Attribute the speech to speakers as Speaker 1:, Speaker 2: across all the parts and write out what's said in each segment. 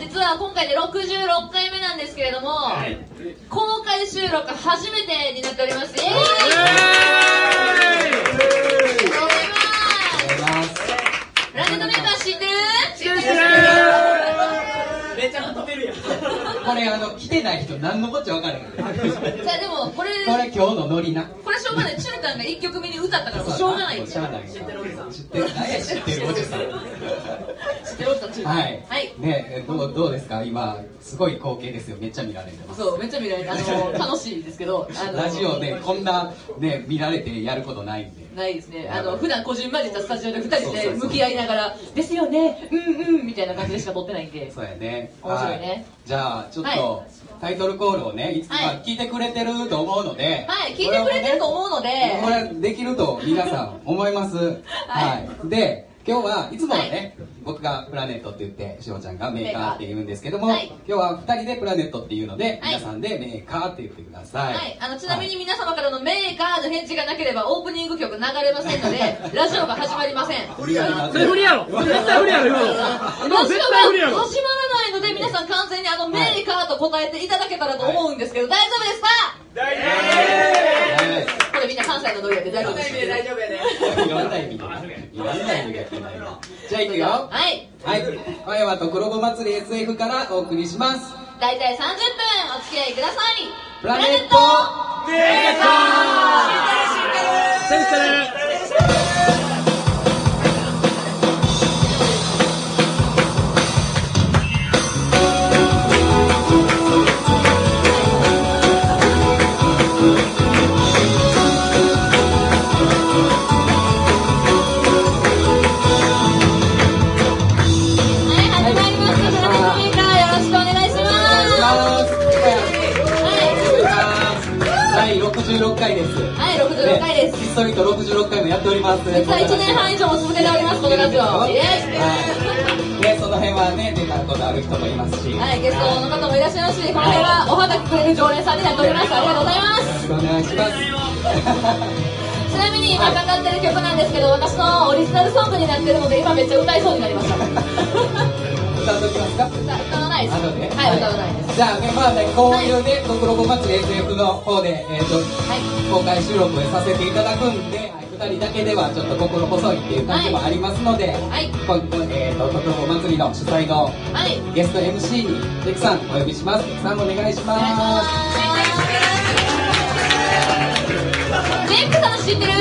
Speaker 1: 実は今回で66回目なんですけれども、公開収録初めてになっておりますイエーイおめでとうございますラジオのメンバー知ってる
Speaker 2: めちゃくちゃ飛べるやん。
Speaker 3: これあの来てない人何のこっちゃ分からへんこ
Speaker 1: じゃあでもこれ
Speaker 3: れ今日のノリな
Speaker 1: これしょうがないチュンタンが1曲目に歌ったからもうしょうがない
Speaker 3: しょうがない知って
Speaker 2: るおじさん
Speaker 3: 知ってる何や知ってるおじさん
Speaker 1: 知ってるチュンタン
Speaker 3: はい、
Speaker 1: はい
Speaker 3: ねえどうどうですか今すごい光景ですよめっちゃ見られてます
Speaker 4: そう、めっちゃ見られて、あの、楽しいですけど、あの、
Speaker 3: ラジオでこんなね見られてやることないんで
Speaker 4: ないですね。あの、普段こじんまりしたスタジオで二人で向き合いながら、ですよね、うんうん、みたいな感じでしか撮ってないんで。
Speaker 3: そうやね
Speaker 4: 面白いね
Speaker 3: はじゃあちょっと、
Speaker 1: は
Speaker 3: タイトルコールをねいつか
Speaker 1: はい
Speaker 3: 聞いてくれてると思うので
Speaker 1: はい聞いてくれてると思うので
Speaker 3: これはできると皆さん思います。はい、で今日はいつもはね、僕がプラネットって言ってしおちゃんがメーカーって言うんですけども、
Speaker 1: はい
Speaker 3: 今日は2人でプラネットっていうので、
Speaker 1: はい
Speaker 3: 皆さんでメーカーって言ってください、
Speaker 1: はい、あのちなみに皆様からのメーカーの返事がなければオープニング曲流れませんの でラジオが始まりません
Speaker 3: はい、やりま
Speaker 5: それ無理やろ それ絶対無理やろ今の今
Speaker 1: ラ
Speaker 5: の
Speaker 1: ジオ
Speaker 5: 絶
Speaker 1: が
Speaker 5: 対無理
Speaker 1: 始
Speaker 5: や
Speaker 1: ま
Speaker 5: ろ
Speaker 1: らないので皆さん完全にあのメーカーと答えていただけたらと思うんですけど大丈夫ですか
Speaker 2: 大
Speaker 3: え
Speaker 1: これみんな関西のノリなんで大丈夫です
Speaker 2: で大丈夫やで。
Speaker 3: ーいろんな意味でねいろんな意味でやってないなじゃあいくよは
Speaker 1: はい
Speaker 3: い和山と黒子祭り SF からお送りします
Speaker 1: 大体30分お付き合いください
Speaker 3: プラネットメーカー
Speaker 5: センセ
Speaker 1: はい始まりましたプラネットメーカーよろしくお願いしますは
Speaker 3: 第66回です。
Speaker 1: い、はい、66回です
Speaker 3: ひっそりと66回もやっております。
Speaker 1: 実は1年半以上も続けておりますこのラジオイエイ
Speaker 3: はい。で、その辺はね、出たことある人もいますし。よ
Speaker 1: はい、ゲストの方もいらっしゃいますし、この辺はおはがきくれる常連さんになっております。ありがとうございま
Speaker 3: ろ
Speaker 1: す。
Speaker 3: しくお願いします。
Speaker 1: ちなみに今かかってる曲なんですけど、私のオリジナルソングになってるので、今めっちゃ歌いそうになりました。
Speaker 3: 歌っときますか
Speaker 1: 歌歌わないです。
Speaker 3: 後で。
Speaker 1: はい、歌わないです。
Speaker 3: じゃあ、メンバーでこういうね、ところご祭り SF の方で、えっ
Speaker 1: は
Speaker 3: と、
Speaker 1: い、
Speaker 3: 公開収録をさせていただくんで、2人だけではちょっと心細いっていう感じもありますので、
Speaker 1: はい、
Speaker 3: 今度、えー、と、ところ祭りの主催の
Speaker 1: はい、
Speaker 3: ゲスト MC にテクさんお呼びします。テクさんお願いし
Speaker 1: お願いしま
Speaker 3: ます
Speaker 1: す。ジェイクさん知ってる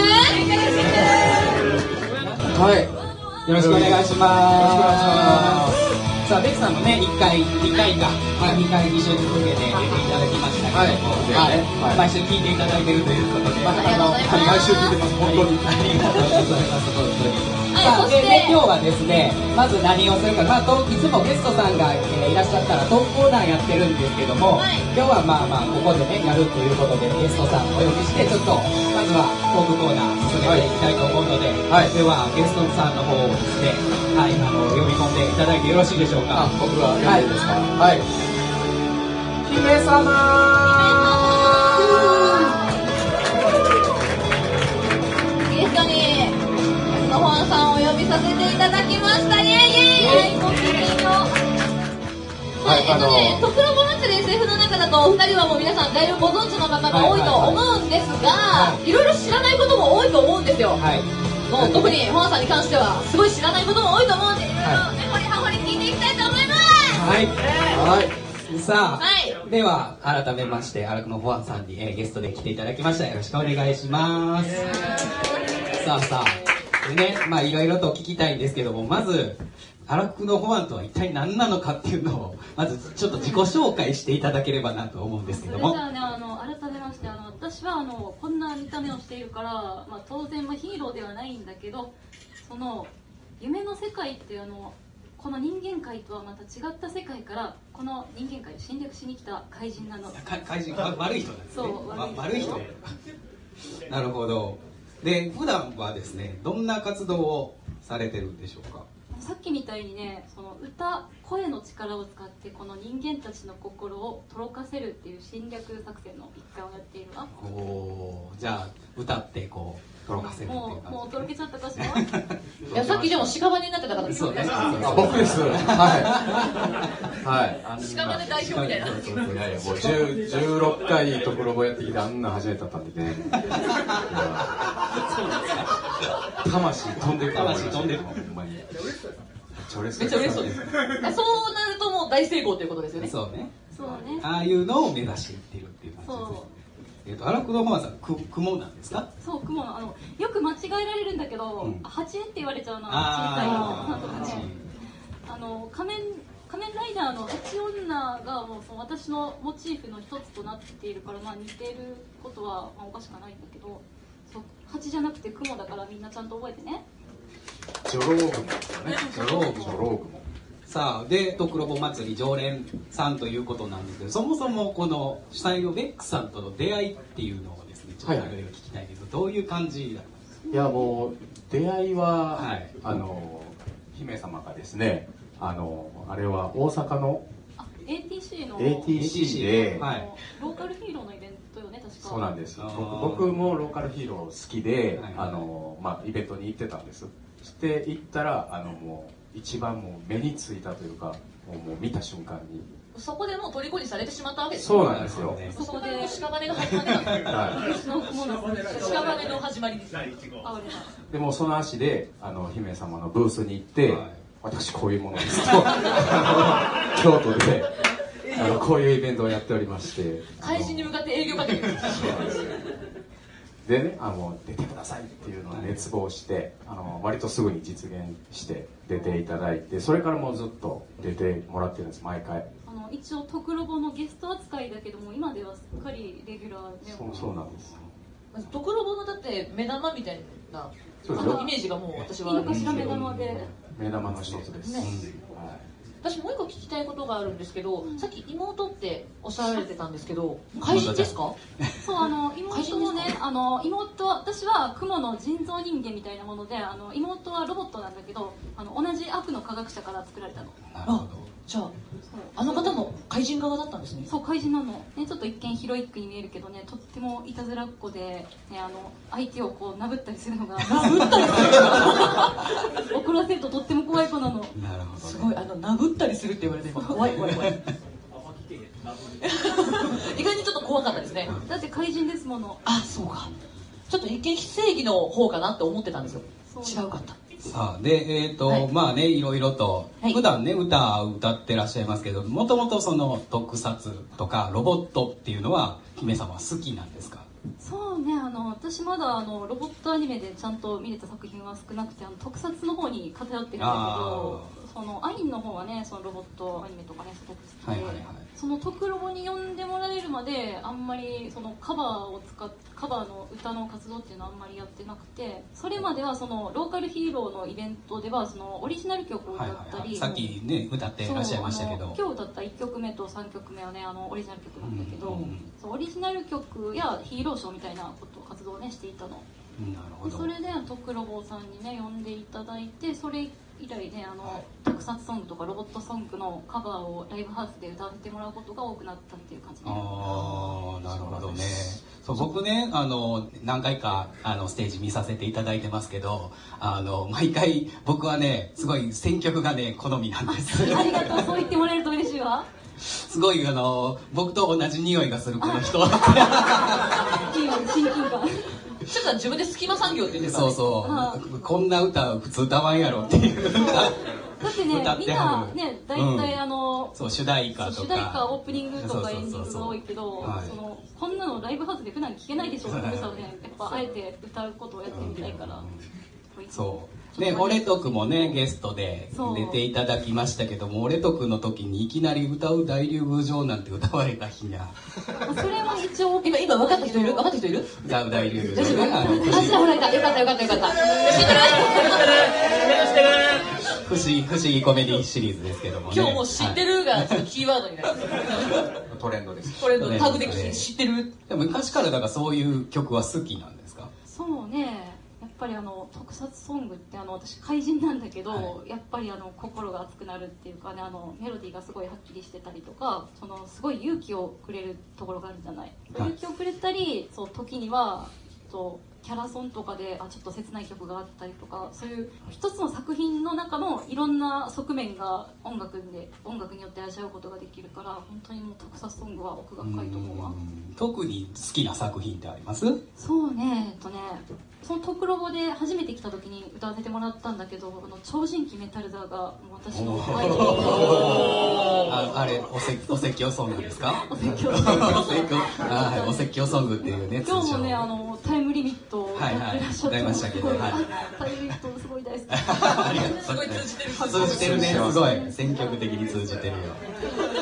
Speaker 3: す。はい。よろしくお願いします。さあ、テクさんもね、一回、二回か、はい、二回二週続けて出ていただきましたけども、はい。毎週聞いていただいてるということで、
Speaker 1: ありがとうございます。
Speaker 3: 毎週聞いてます、本当に。ありがとうございます、本当に。
Speaker 1: はい
Speaker 3: さあ
Speaker 1: そして
Speaker 3: でで今日はですね、まず何をするか、まあ、といつもゲストさんが、えーいらっしゃったらトークコーナーやってるんですけども、
Speaker 1: はい
Speaker 3: 今日はまあまあここでねやるということでゲストさんお呼びしてちょっとまずはトークコーナー進めていきたいと思うので、ではゲストさんの方をですね、はい、あの呼び込んでいただいてよろしいでしょうか。僕ははいですか。はい。姫様。
Speaker 1: ゲストに、のほんさんをお呼びさせていただきましたね。イエイイエイごきげんよう。はい、えっとね、とくろご祭り SF の中だと、お二人はもう皆さん、だいぶご存知の方が多いと思うんですが
Speaker 3: は、い
Speaker 1: いろいろ知らないことも多いと思うんですよ。
Speaker 3: はい。
Speaker 1: もう特に、ほんさんに関しては、すごい知らないことも多いと思うんで、いろいろ根掘り葉掘り聞いていきたいと思います。
Speaker 3: はい。はい。さあ、
Speaker 1: は
Speaker 3: では改めまして荒熊フォアさんに、えーゲストで来ていただきましたよろしくお願いします、さあさあでねまあいろいろと聞きたいんですけどもまず荒くの保安とは一体何なのかっていうのをまずちょっと自己紹介していただければなと思うんですけど
Speaker 6: それじ
Speaker 3: も
Speaker 6: ゃあね、あの改めましてあの私はあのこんな見た目をしているから、まあ、当然、まあ、ヒーローではないんだけどその夢の世界っていうあのこの人間界とはまた違った世界からこの人間界を侵略しに来た怪人なの
Speaker 3: か怪人わ悪い人なんですね
Speaker 6: そう
Speaker 3: わ悪
Speaker 6: 悪
Speaker 3: い
Speaker 6: い
Speaker 3: 人
Speaker 6: 人
Speaker 3: なるほどで普段はですねどんな活動をされてるんでしょうか
Speaker 6: さっきみたいにねその歌声の力を使ってこの人間たちの心をとろかせるっていう侵略作戦の一環をやっているわ
Speaker 3: おおーじゃあ歌ってこうとろかせるっていう
Speaker 6: もうもうとろ
Speaker 3: 感
Speaker 6: けちゃったか しら
Speaker 1: いやさっきでも屍になってた方で
Speaker 3: じ
Speaker 1: すよ
Speaker 3: そう
Speaker 1: ね
Speaker 3: ね
Speaker 7: あ僕ですはいはいあんな
Speaker 1: 屍代表みたいな
Speaker 3: そうそうそう
Speaker 7: いやいやもう10 16回ところもやってきてあんな初めてだったんでねいや魂飛んでる
Speaker 3: 魂飛んでる
Speaker 7: ほんまにめっちゃ嬉し
Speaker 1: めっちゃ嬉しそうですそうなるともう大成功ということですよね
Speaker 3: そうね
Speaker 6: そうね
Speaker 3: ああいうのを目指していってるっていう感じですね
Speaker 6: そう
Speaker 3: えっ、と荒久保本さんく雲なんですか
Speaker 6: そう雲のあのよく間違えられるんだけど、
Speaker 3: うん
Speaker 6: 蜂って言われちゃうな
Speaker 3: あ
Speaker 6: 小さい
Speaker 3: あ
Speaker 6: なとかねあの仮面仮面ライダーの八女がもうその私のモチーフの一つとなっているから、まあ、似ていることはまあおかしくはないんだけどそう蜂じゃなくて雲だからみんなちゃんと覚えてね
Speaker 7: い女郎雲ですよね
Speaker 3: 女郎雲
Speaker 7: 女郎雲
Speaker 3: さあでとくろぼ祭り常連さんということなんですけどそもそもこの主催のベックさんとの出会いっていうのをですねちょっと
Speaker 7: は
Speaker 3: い
Speaker 7: い
Speaker 3: ろいろ聞きたいんですけど、どういう感じだったんです
Speaker 7: いやもう出会いは、
Speaker 3: はい
Speaker 7: あの姫様がですねあのあれは大阪の
Speaker 6: あ ATC の
Speaker 7: ATC で、
Speaker 3: はい
Speaker 6: ローカルヒーローのイベントよね確か
Speaker 7: そうなんです
Speaker 3: あー
Speaker 7: 僕僕もローカルヒーロー好きで、
Speaker 3: はい
Speaker 7: あのまあ、イベントに行ってたんですそして行ったらあのもう一番もう目についたというかもうもう見た瞬間に
Speaker 1: そこでもう虜にされてしまったわけです
Speaker 7: そう
Speaker 1: う
Speaker 7: なんですよ、
Speaker 3: ね
Speaker 1: そこでもう屍の始まりなんですよ
Speaker 7: は
Speaker 6: 私の雲の
Speaker 1: 屍の始まりです
Speaker 2: 第一号
Speaker 6: あ俺だ
Speaker 7: い、でもうその足であの姫様のブースに行って、
Speaker 3: はい
Speaker 7: 私こういうものですと あの京都であのこういうイベントをやっておりまして
Speaker 1: 開始に向かって営業かけてる
Speaker 7: でねあの出てくださいっていうのを熱望してあの割とすぐに実現して出ていただいてそれからもうずっと出てもらってるんです毎回
Speaker 6: あの一応トクロボのゲスト扱いだけども今ではすっかりレギュラーで
Speaker 7: そうそうなんです
Speaker 1: ところぼのだって目玉みたいな
Speaker 7: そうで
Speaker 1: あ
Speaker 7: す
Speaker 1: のイ
Speaker 7: よ
Speaker 1: メージがもう私
Speaker 6: いい
Speaker 1: は
Speaker 6: のかしら目玉で
Speaker 7: 目玉の一つです、
Speaker 1: ね
Speaker 7: は
Speaker 1: 私もう一個聞きたいことがあるんですけどさっき妹っておっしゃられてたんですけど怪人ですか
Speaker 6: そうあの
Speaker 1: 怪
Speaker 6: 妹
Speaker 1: 人で
Speaker 6: も
Speaker 1: すか
Speaker 6: ねあの妹は私は雲の人造人間みたいなものであの妹はロボットなんだけどあの同じ悪の科学者から作られたの
Speaker 3: なるほ
Speaker 1: あ
Speaker 3: ど
Speaker 1: じゃあ
Speaker 6: そう
Speaker 1: あの方も怪人側だったんですね
Speaker 6: そう怪人なの、ね、ちょっと一見ヒロイックに見えるけどねとってもいたずらっ子で、ね、あの相手をこう殴ったりする のが殴ったりする怒らせるととっても怖い子な
Speaker 3: な
Speaker 6: の
Speaker 3: るほど、ね、
Speaker 1: すごいあの殴ったりするって言われて今怖い怖い怖い意外にちょっと怖かったですね
Speaker 6: だって怪人ですもの
Speaker 1: あそうかちょっと一見非正義の方かなって思ってたんですよ
Speaker 6: そう
Speaker 1: 違うかった
Speaker 3: さあでえっ、と、
Speaker 1: はい
Speaker 3: まあねいろいろと、
Speaker 1: はい
Speaker 3: 普段ね歌を歌ってらっしゃいますけどもともとその特撮とかロボットっていうのは姫様は好きなんですか
Speaker 6: そうねあの私まだあのロボットアニメでちゃんと見れた作品は少なくてあの特撮の方に偏ってるんだけ
Speaker 3: あ
Speaker 6: どそのアインの方はねそのロボットアニメとかねすごく好きで、
Speaker 3: はいはいはい
Speaker 6: その「トクロボ」に呼んでもらえるまであんまりそのカバーを使っカバーの歌の活動っていうのはあんまりやってなくてそれまではそのローカルヒーローのイベントではそのオリジナル曲を
Speaker 3: はい
Speaker 6: 歌っ
Speaker 3: はい
Speaker 6: た
Speaker 3: はい
Speaker 6: り
Speaker 3: さっきね歌ってらっしゃいましたけ
Speaker 6: そうあ
Speaker 3: ど
Speaker 6: の今日歌った1曲目と3曲目はねあのオリジナル曲なんだけど、
Speaker 3: うんうんうん
Speaker 6: そうオリジナル曲やヒーローショーみたいなことを活動をねしていたの
Speaker 3: うんなるほ
Speaker 6: で
Speaker 3: ど
Speaker 6: それでトクロボーさんにね呼んでいただいてそれ以来ねあの、特撮ソングとかロボットソングのカバーをライブハウスで歌わせてもらうことが多くなったっていう感じで
Speaker 3: ああなるほどねそう僕ねあの何回かあのステージ見させていただいてますけどあの毎回僕はねすごい選曲がね好みなんです
Speaker 6: ありがとうそう言ってもらえると嬉しいわ
Speaker 3: すごいあの僕と同じ匂いがするこの人
Speaker 6: いいよ親近感
Speaker 1: ちょっと自分で隙間産業って言ってた
Speaker 3: そうそう、
Speaker 6: は
Speaker 3: こんな歌普通歌わんやろっていう
Speaker 6: だってね
Speaker 3: 歌っ
Speaker 6: みん
Speaker 3: ては
Speaker 6: な
Speaker 3: る
Speaker 6: ね大体、
Speaker 3: うん
Speaker 6: あの
Speaker 3: そう主題歌とか
Speaker 6: 主題歌オープニングとかエンディング
Speaker 3: そうそうそうそ
Speaker 6: が
Speaker 3: う
Speaker 6: 多いけど
Speaker 3: はい
Speaker 6: そのこんなのライブハウスで普段聴けないでしょって良さをねやっぱあえて歌うことをやってみたいから
Speaker 3: そうね俺とくもねゲストで
Speaker 6: そう
Speaker 3: 出ていただきましたけども俺とくの時にいきなり歌う大竜宮城なんて歌われた日にゃ
Speaker 6: それは一応
Speaker 1: 今今分かった人いる分かった人いる
Speaker 3: 歌う大竜宮
Speaker 1: 大丈
Speaker 3: 城ね
Speaker 1: 夫
Speaker 3: あ
Speaker 1: あ
Speaker 3: の
Speaker 1: ちらほらいたよかったよかったよかった知ってる
Speaker 3: 不思議不思議コメディシリーズですけどもね
Speaker 1: 今日もう知ってるがちょっとキーワードになる
Speaker 7: い、トレンドです
Speaker 1: これのタグで知ってる
Speaker 3: はいでも昔からだからそういう曲は好きなんですか
Speaker 6: そうねやっぱぱりあの特撮ソングってあの私怪人なんだけど、やっぱりあの心が熱くなるっていうかねあのメロディーがすごいはっきりしてたりとかそのすごい勇気をくれるところがあるじゃない、
Speaker 3: はい
Speaker 6: 勇気をくれたりそう時にはそうキャラソンとかであちょっと切ない曲があったりとかそういう一つの作品の中のいろんな側面が音楽で音楽によって味わうことができるから本当にもう特撮ソングは奥が深いと思うわ。
Speaker 3: うん特に好きな作品ってあります
Speaker 6: そうねえっとねそのトクロボで初めて来た時に歌わせてもらったんだけどあの超人気メタルザーがもう私のアイドル
Speaker 3: ああれおせお説教ソングですかお説教はいお説教ソン グっていうね
Speaker 6: 今日もね
Speaker 3: 通称
Speaker 6: あのタイムリミットをやってらっしゃっ
Speaker 3: はいはい
Speaker 6: た
Speaker 3: やりましたけどはい
Speaker 6: タイムリミットもすご い大好き
Speaker 3: ありがとうございます通じてるねすごい選曲的に通じてるよ
Speaker 8: で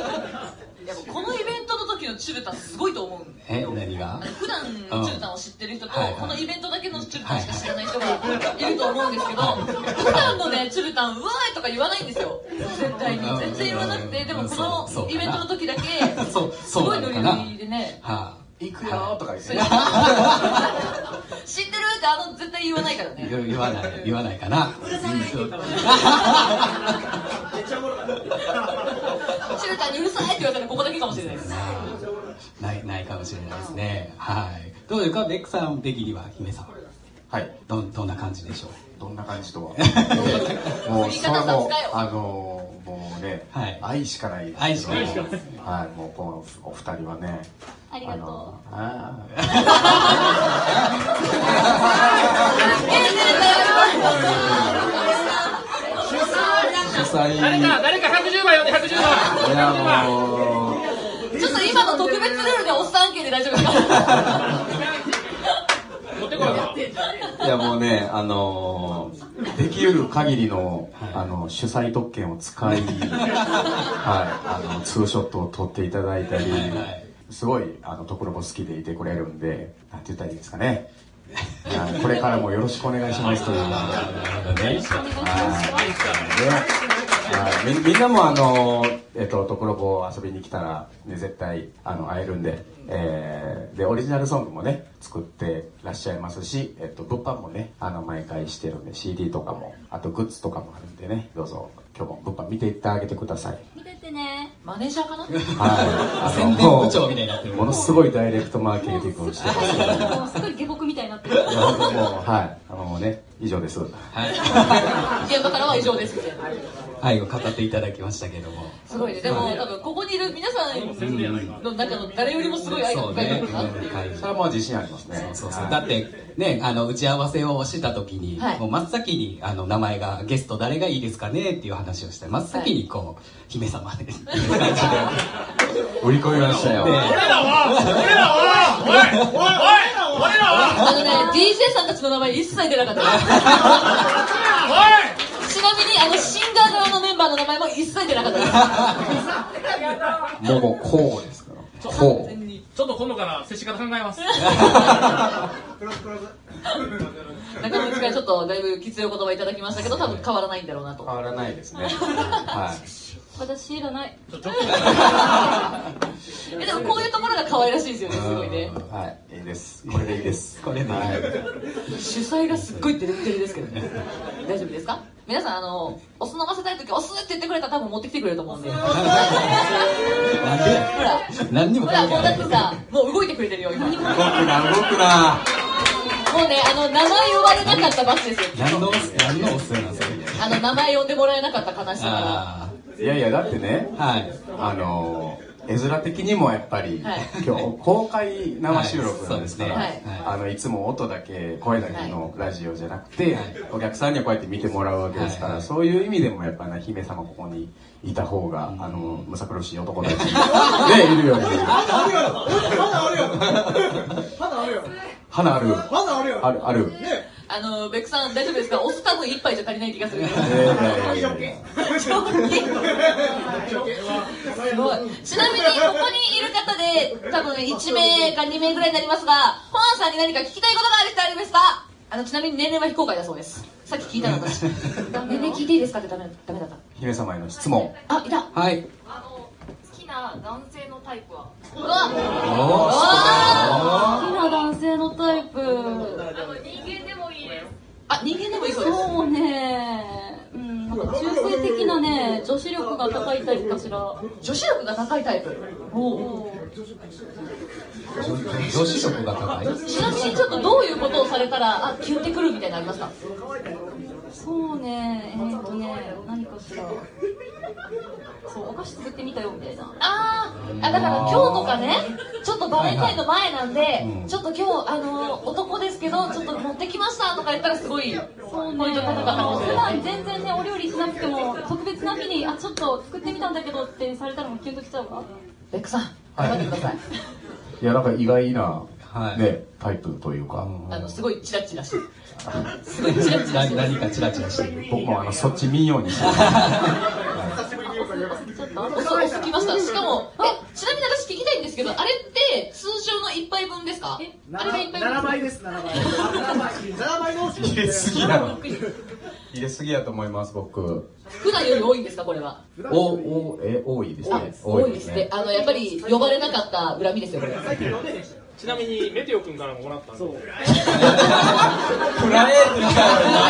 Speaker 8: もこのイベントの時のチュルタすごいと思うんだ
Speaker 3: え
Speaker 8: よ
Speaker 3: 何が
Speaker 8: あの普段
Speaker 3: うん
Speaker 8: チュルタンを知ってる人と、
Speaker 3: はいはい
Speaker 8: このイベントだけのチュルタンしか知らない人がいると思うんですけど、普段のねチュルタンうわーいとか言わないんですよ絶対に
Speaker 3: うん
Speaker 8: 全然言わなくてでも
Speaker 3: うん
Speaker 8: こ
Speaker 3: そうそうかな
Speaker 8: のイベントの時だけ
Speaker 3: そう
Speaker 8: す
Speaker 3: そう
Speaker 8: ご
Speaker 3: ない
Speaker 8: ノ
Speaker 3: の
Speaker 8: リ
Speaker 3: かな
Speaker 8: ノリで ね
Speaker 3: は
Speaker 7: 行くよーとか言って、ね
Speaker 8: 知ってるってあの絶対言わないから
Speaker 3: い
Speaker 8: ね
Speaker 3: 言わない言わないかなうるさい
Speaker 9: めっちゃおもろかった。
Speaker 8: チュルタンにうるさいって言われたらここだけかもし れないです
Speaker 3: ないないかもしれないですねはいどうですかベックさん的には姫さん
Speaker 7: はい
Speaker 3: どんどんな感じでしょう
Speaker 7: どんな感じとはもう
Speaker 8: 言い
Speaker 7: それ
Speaker 8: 方
Speaker 7: はも
Speaker 8: さ
Speaker 7: う
Speaker 8: すがよ
Speaker 7: あのーもうね、
Speaker 3: はい
Speaker 7: 愛しかないですけど
Speaker 3: 愛しかない愛しかない
Speaker 7: はいもうこのお二人はね
Speaker 6: ありがと
Speaker 7: うあー
Speaker 3: 主催
Speaker 5: 誰か、誰か110番呼んで、110番。
Speaker 7: いやもう
Speaker 8: ちょっと今の特別ルールでおっさん系で大丈夫ですか
Speaker 5: 持ってこいよ。
Speaker 7: いやもうね、あのーできる限りの、あの、主催特権を使 い、はい、あの、ツーショットを撮っていただいたり
Speaker 3: はいはい、
Speaker 7: すごい、あの、ところも好きでいてくれるんで、なんて言ったらいいですかね。はいこれからもよろしくお願いしますという。
Speaker 6: うお願いします
Speaker 7: ねはい、みみんなもあの、えっと、ところぼ遊びに来たら、ね、絶対あの会えるんで、えーでオリジナルソングもね作ってらっしゃいますし、えっと、物販もねあの毎回してるんで CD とかもあとグッズとかもあるんでねどうぞ今日も物販見ていってあげてください、
Speaker 6: 見ててね
Speaker 8: マネージャー かな
Speaker 7: はい、
Speaker 3: 宣伝部長みたいになってる
Speaker 7: もうものすごいダイレクトマーケティングをしてますけども
Speaker 6: もうすごい下僕みたいになってる
Speaker 7: うはいあのね以上です
Speaker 3: は
Speaker 8: 現場からは以上ですみたいない
Speaker 3: 愛を語っていただきましたけども
Speaker 8: すごいねでも多分ここにいる皆さんの中の誰よりもすごい愛が
Speaker 3: そう
Speaker 8: 深い
Speaker 3: ね
Speaker 8: と思うなっていう
Speaker 3: はい
Speaker 7: それはもう自信ありますね
Speaker 3: そうそう
Speaker 7: はい
Speaker 3: だってねあの打ち合わせをした時に、
Speaker 8: はい
Speaker 3: もう真っ先にあの名前がゲスト誰がいいですかねっていう話をして真っ先にこう、姫様で
Speaker 7: 売り込みましたよ、
Speaker 5: 俺らは、俺らは、おい、おい、おい、俺らは、
Speaker 8: あのね、DJ さんたちの名前一切出なかった。
Speaker 5: お
Speaker 8: ちなみに、あの、シンガー側のメンバーの名前も一切出なかったです。
Speaker 7: もうもう候補ですから候補
Speaker 5: いちょっと今度から接し方考えます。
Speaker 8: 中村君がちょっとだいぶきついお言葉いただきましたけど、多分変わらないんだろうなと。
Speaker 7: 変わらないですね。は
Speaker 6: 私いらない
Speaker 5: ちょちょっ
Speaker 8: え、でもこういうところが可愛らしいですよね、すごいね
Speaker 7: い。。はい、いいです。これでいいです。
Speaker 3: これでいい
Speaker 7: はい
Speaker 8: 主催がすっごいデレッデレですけどね。大丈夫ですか皆さん、あの、お酢飲ませたいとき、お酢って言ってくれたら多分持ってきてくれると思うんで。ほ
Speaker 3: なん
Speaker 8: ら、
Speaker 3: で何にも
Speaker 8: ほら、
Speaker 3: 関係
Speaker 8: もう
Speaker 3: な
Speaker 8: だっ
Speaker 3: い
Speaker 8: てさ、もう動いてくれてるよ、今。もうね、
Speaker 7: 動くな、動くな。
Speaker 8: あの、名前呼ばれなかったバスですよ。
Speaker 3: 何の何のおすすめなんですか
Speaker 8: あの、名前呼んでもらえなかった悲しさから。
Speaker 3: あ
Speaker 7: いやいや、だってね、
Speaker 3: あはい
Speaker 7: あのー、絵面的にもやっぱり、
Speaker 8: はい
Speaker 7: 今日公開生収録なんですから、
Speaker 3: はい
Speaker 8: そうですね
Speaker 3: はい
Speaker 7: あのいつも音だけ声だけのラジオじゃなくて、
Speaker 3: はい
Speaker 7: お客さんにはこうやって見てもらうわけですから、
Speaker 3: はいはい
Speaker 7: そういう意味でもやっぱな姫様ここにいた方が、あのむさ苦しい男た ちでいるように
Speaker 9: あるよ。 まだあるよ。まだあるよ。
Speaker 7: 花ある
Speaker 9: まだあるよ。
Speaker 7: あるある、
Speaker 9: ね
Speaker 8: あの、ベックさん大丈夫ですかお酢多分一杯じゃ足りない気 がする。
Speaker 7: えーいやいやいや
Speaker 8: すごい。ちなみに、ここにいる方で、多分1名か2名ぐらいになりますが、ホアンさんに何か聞きたいことがある人ありますかあの、ちなみに年齢は非公開だそうです。さっき聞いたの 私。年齢聞いていいですかってダメダメだっ
Speaker 7: 姫様への質問
Speaker 8: た。あ、いた。
Speaker 3: はい
Speaker 10: あの好きな男性のタイプは
Speaker 8: うわ
Speaker 3: おー
Speaker 6: 好きな男性のタイプ
Speaker 10: あの人間でもいいです
Speaker 1: 人間でもいそうです。
Speaker 6: そうねうんなんか中性的なね女子力が高いタイプかしら
Speaker 1: 女子力が高いタイプ。
Speaker 3: 女子力が高い
Speaker 1: ちなみにちょっとどういうことをされたら、あ、キュンってくるみたいなのありますか
Speaker 6: そうねえー、とね何かしらそうお菓子作ってみたよみたいな
Speaker 1: あーあだから今日とかねちょっとバレンタインの前なんで、
Speaker 3: うん
Speaker 1: ちょっと今日あの男ですけどちょっと持ってきましたとか言ったらすごい
Speaker 6: そうね
Speaker 1: ポイント高かったかもし
Speaker 6: 普
Speaker 1: れない
Speaker 6: 段全然ねお料理しなくても特別な日にあちょっと作ってみたんだけどってされたらもうキュンときちゃうか
Speaker 1: ベックさん頑張ってください、
Speaker 7: いやなんか意外な、
Speaker 3: はい
Speaker 7: ねタイプというか、
Speaker 1: あのすごいチラチラしてる
Speaker 3: すごいチラチラ何かチラチラしてる
Speaker 7: 僕もあのそっち見んようにしてる
Speaker 6: ちょっと
Speaker 1: お酢お酢きま したしかもえちなみに私聞きたいんですけどあれって通常の1杯分ですか
Speaker 6: え
Speaker 1: あれが1杯
Speaker 2: 7
Speaker 1: 分
Speaker 2: 倍です、7倍。7倍。7倍の
Speaker 7: 入れすぎだろ入れすぎやと思います僕
Speaker 1: 普段より多いんですかこれは
Speaker 7: おおえ多いです
Speaker 1: あ
Speaker 7: ね
Speaker 1: 多いですねあのやっぱり呼ばれなかった恨みですよこれ
Speaker 2: 最近飲んででしたよ。
Speaker 11: ちなみにメテオ君からももらったんで
Speaker 2: そう。
Speaker 3: プライトか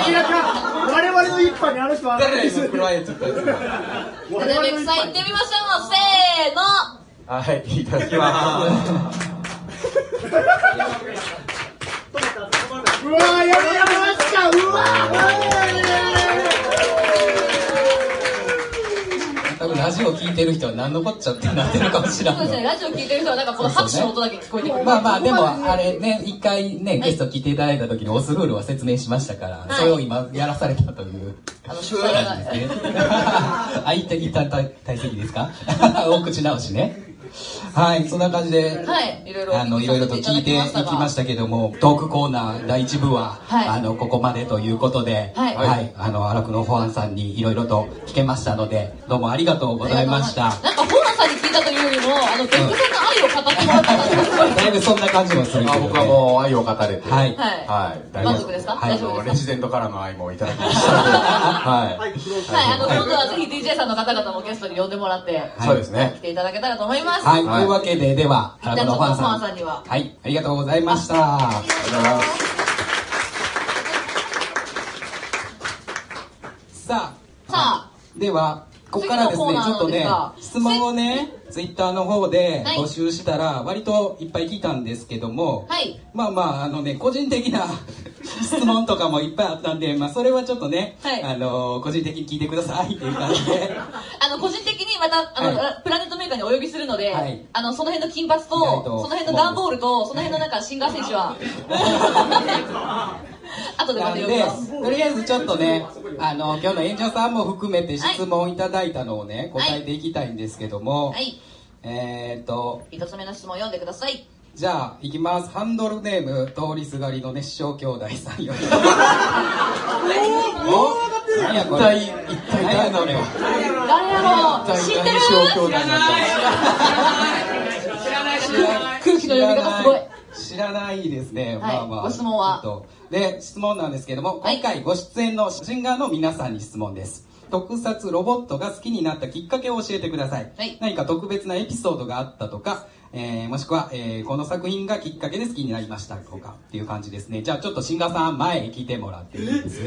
Speaker 2: 明らか、我々の一杯にあの人は。
Speaker 7: 今プライトか
Speaker 1: なるべくさん行ってみましょうせーの
Speaker 7: はいいただきます
Speaker 2: うわー、やばいやばいやばい来たうわ
Speaker 3: 多分ラジオ聞いてる人は何のこっちゃってなってるかもしれ
Speaker 1: そうですね、
Speaker 3: ない
Speaker 1: ラジオ聞いてる人はなんかこの拍手の音だけ聞こえてくる。
Speaker 3: まあまあでもあれね一回ねゲスト来ていただいた時にオスフールは説明しましたから、
Speaker 1: い
Speaker 3: それを今やらされたという
Speaker 1: あの主催が
Speaker 3: なんですね あいたいたた体積ですか お口直しねはいそんな感じで、
Speaker 1: はい、いろいろ。。
Speaker 3: あのいろいろと聞いていきましたたけどもトークコーナー第1部は、
Speaker 1: はい
Speaker 3: あのここまでということで、
Speaker 1: はい
Speaker 3: あの荒久野保安さんにいろいろと聞けましたのでどうもありがとうございました
Speaker 1: なんか、ホランさんに聞いたというよりも、あの、ベックさんの愛を語ってもらった感じがすごい。
Speaker 3: だいぶそんな感じもするけど、
Speaker 7: あ
Speaker 3: ね、
Speaker 7: 僕はもう愛を語れて
Speaker 3: はい
Speaker 7: はい大
Speaker 1: 満
Speaker 7: 丈夫
Speaker 1: 足ですか
Speaker 7: はい
Speaker 1: 大丈夫ですか
Speaker 7: レジデントからの愛もいただきましたので
Speaker 2: ー はい、
Speaker 7: は
Speaker 2: クローズ
Speaker 1: はい、あの、今度はぜひ DJ さんの方々もゲストに呼んでもらって、
Speaker 7: いそうですね
Speaker 1: 来ていただけたらと思います。
Speaker 3: はい、というわけで、では、
Speaker 1: じゃ
Speaker 3: 原
Speaker 1: あ
Speaker 3: 田のファン
Speaker 1: ちょっとファ
Speaker 3: さ
Speaker 1: ン
Speaker 3: ん。
Speaker 1: さんには
Speaker 3: はい、ありがとうございました。さあ、
Speaker 1: さあ
Speaker 3: では、ここからです
Speaker 1: 次
Speaker 3: ね、
Speaker 1: の
Speaker 3: ちょっ
Speaker 1: コ
Speaker 3: と
Speaker 1: ーナーなん、で
Speaker 3: ね
Speaker 1: すが
Speaker 3: 質問をね、ツイッターの方で
Speaker 1: はい
Speaker 3: 募集したら、割といっぱい聞いたんですけども、
Speaker 1: はい
Speaker 3: まあまあ、あのね、個人的な 質問とかもいっぱいあったんで、まあ、それはちょっとね、
Speaker 1: はい
Speaker 3: あの個人的に聞いてくださいっていう感じで。
Speaker 1: あの、個人的にまた、あの、
Speaker 3: は
Speaker 1: プラネットメーカーにお呼びするので、
Speaker 3: はい
Speaker 1: あの、その辺の金髪と、そ
Speaker 3: 意外と
Speaker 1: の辺の段ボールと、その辺のなんかシンガー選手 は、後でま
Speaker 3: な
Speaker 1: た
Speaker 3: んで
Speaker 1: 呼びます。
Speaker 3: とりあえずちょっとねあの今日の演者さんも含めて質問いただいたのをね、
Speaker 1: はい
Speaker 3: 答えていきたいんですけども、
Speaker 1: はい。
Speaker 3: えーっと
Speaker 1: 一つ目の質問を読んでください。
Speaker 3: じゃあいきますハンドルネーム通りすがりの熱唱兄弟さ んよりお何やこれ
Speaker 7: 一体一体誰なのよ
Speaker 1: 誰やろう知ってる
Speaker 7: 知ら
Speaker 1: 空気の読み方すごい。
Speaker 3: 知らないですね、
Speaker 1: はい
Speaker 3: まあまあ
Speaker 1: ご質問は
Speaker 3: ちょっとで質問なんですけども
Speaker 1: はい
Speaker 3: 今回ご出演のシンガーの皆さんに質問です特撮ロボットが好きになったきっかけを教えてください、
Speaker 1: はい
Speaker 3: 何か特別なエピソードがあったとか、えーもしくは、えーこの作品がきっかけで好きになりましたとかっていう感じですねじゃあちょっとシンガーさん前へ来てもらっていいです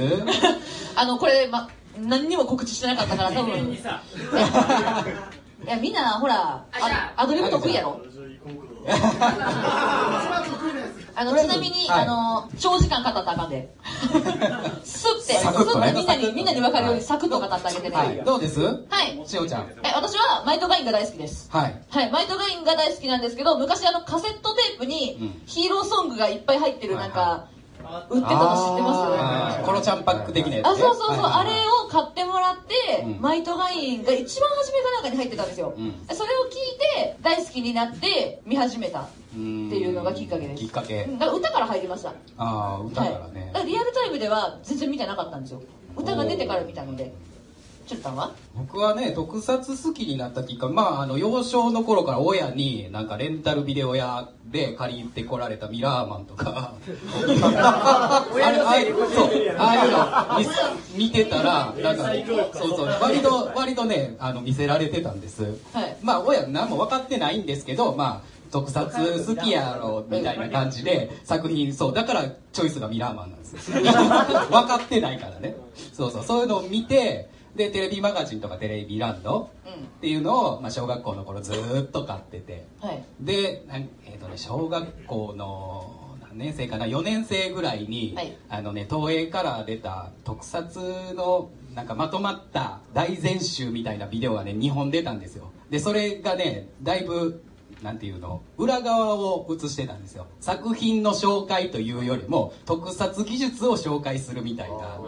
Speaker 1: あの、これ、ま、何にも告知してなかったから、多分。い や、みんな、ほら、あアドリブ得意やろあの、ちなみに、
Speaker 3: はい
Speaker 1: あの、長時間語ったらあかん で。スッて、ス
Speaker 7: サクッと
Speaker 1: ッて
Speaker 7: ね
Speaker 1: みんなに、みんなに分かるようにサクッと語ってあげてね。は
Speaker 3: はい
Speaker 1: い。
Speaker 3: どうです
Speaker 1: はい
Speaker 3: しおちゃん
Speaker 1: え、私は、マイトガインが大好きです。
Speaker 3: はい
Speaker 1: はい、マイトガインが大好きなんですけど、昔あのカセットテープに
Speaker 3: う
Speaker 1: ヒーローソングがいっぱい入ってるなんか、売ってたの知って
Speaker 3: あ
Speaker 1: ます
Speaker 3: ーコロちゃんパック的なやつね
Speaker 1: あ、そうそうそう、
Speaker 3: は
Speaker 1: あ
Speaker 3: い
Speaker 1: れ
Speaker 3: はいはい
Speaker 1: を買ってもらって、
Speaker 3: うん
Speaker 1: マイトガインが一番初めかなんかに入ってたんですよ。
Speaker 3: うん
Speaker 1: それを聞いて、大好きになって見始めたっていうのがきっかけです。
Speaker 3: きっかけ
Speaker 1: うんだから歌から入りました。
Speaker 3: ああ歌からね、
Speaker 1: はい、だからリアルタイムでは全然見てなかったんですよ。歌が出てから見たので。ちょっとは
Speaker 3: 僕はね特撮好きになったきっかけまああの幼少の頃から親になんかレンタルビデオ屋で借りてこられたミラーマンとかあれああいうそうああいうの見見てたらなんかそうそう割と割とねあの見せられてたんです、
Speaker 1: はい
Speaker 3: まあ親何も分かってないんですけどまあ特撮好きやろみたいな感じで作品そうだからチョイスがミラーマンなんですよ分かってないからねそうそうそういうのを見てでテレビマガジンとかテレビランドっていうのを、まあ、小学校の頃ずーっと買ってて
Speaker 1: はい。
Speaker 3: で、なんえーとね、小学校の何年生かな4年生ぐらいに、
Speaker 1: はい
Speaker 3: あのね、東映から出た特撮のなんかまとまった大全集みたいなビデオがね2本出たんですよでそれがねだいぶなんていうの裏側を映してたんですよ作品の紹介というよりも特撮技術を紹介するみたいな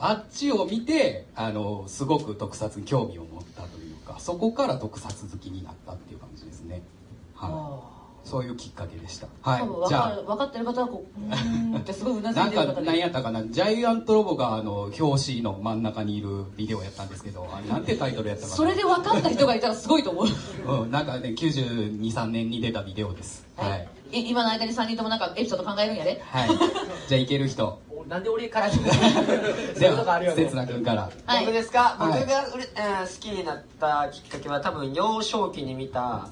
Speaker 3: あっちを見てあのすごく特撮に興味を持ったというかそこから特撮好きになったっていう感じですねはいそういうきっかけでしたは
Speaker 1: 多分
Speaker 3: い
Speaker 1: 分
Speaker 3: じ
Speaker 1: か
Speaker 3: ゃ
Speaker 1: る分かってる方はこう、うーんってすごいうな
Speaker 3: あ
Speaker 1: ずい
Speaker 3: なん
Speaker 1: てる
Speaker 3: か
Speaker 1: 方
Speaker 3: 何
Speaker 1: で。
Speaker 3: やったかなジャイアントロボがあの表紙の真ん中にいるビデオやったんですけどあれなんてタイトルやったかな
Speaker 1: それで分かった人がいたらすごいと思う。
Speaker 3: うん、なんかね923年に出たビデオですはい、
Speaker 1: い今の間に3人ともなんかエピソード考えるんやで。
Speaker 3: はい、じゃあいける人
Speaker 2: なんで俺からそう
Speaker 3: で
Speaker 2: いうとこあ
Speaker 3: は
Speaker 2: るよね
Speaker 3: 刹那君から
Speaker 1: はい
Speaker 12: 僕ですか、
Speaker 3: はい
Speaker 12: 僕がうれ、うん好きになったきっかけは多分幼少期に見た、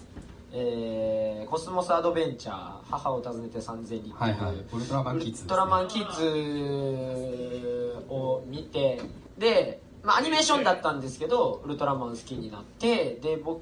Speaker 12: えーコスモスアドベンチャー母を訪ねて3000人
Speaker 3: はいはいウルトラマンキッズですね
Speaker 12: ウルトラマンキッズを見てで、まあ、アニメーションだったんですけどウルトラマン好きになってで僕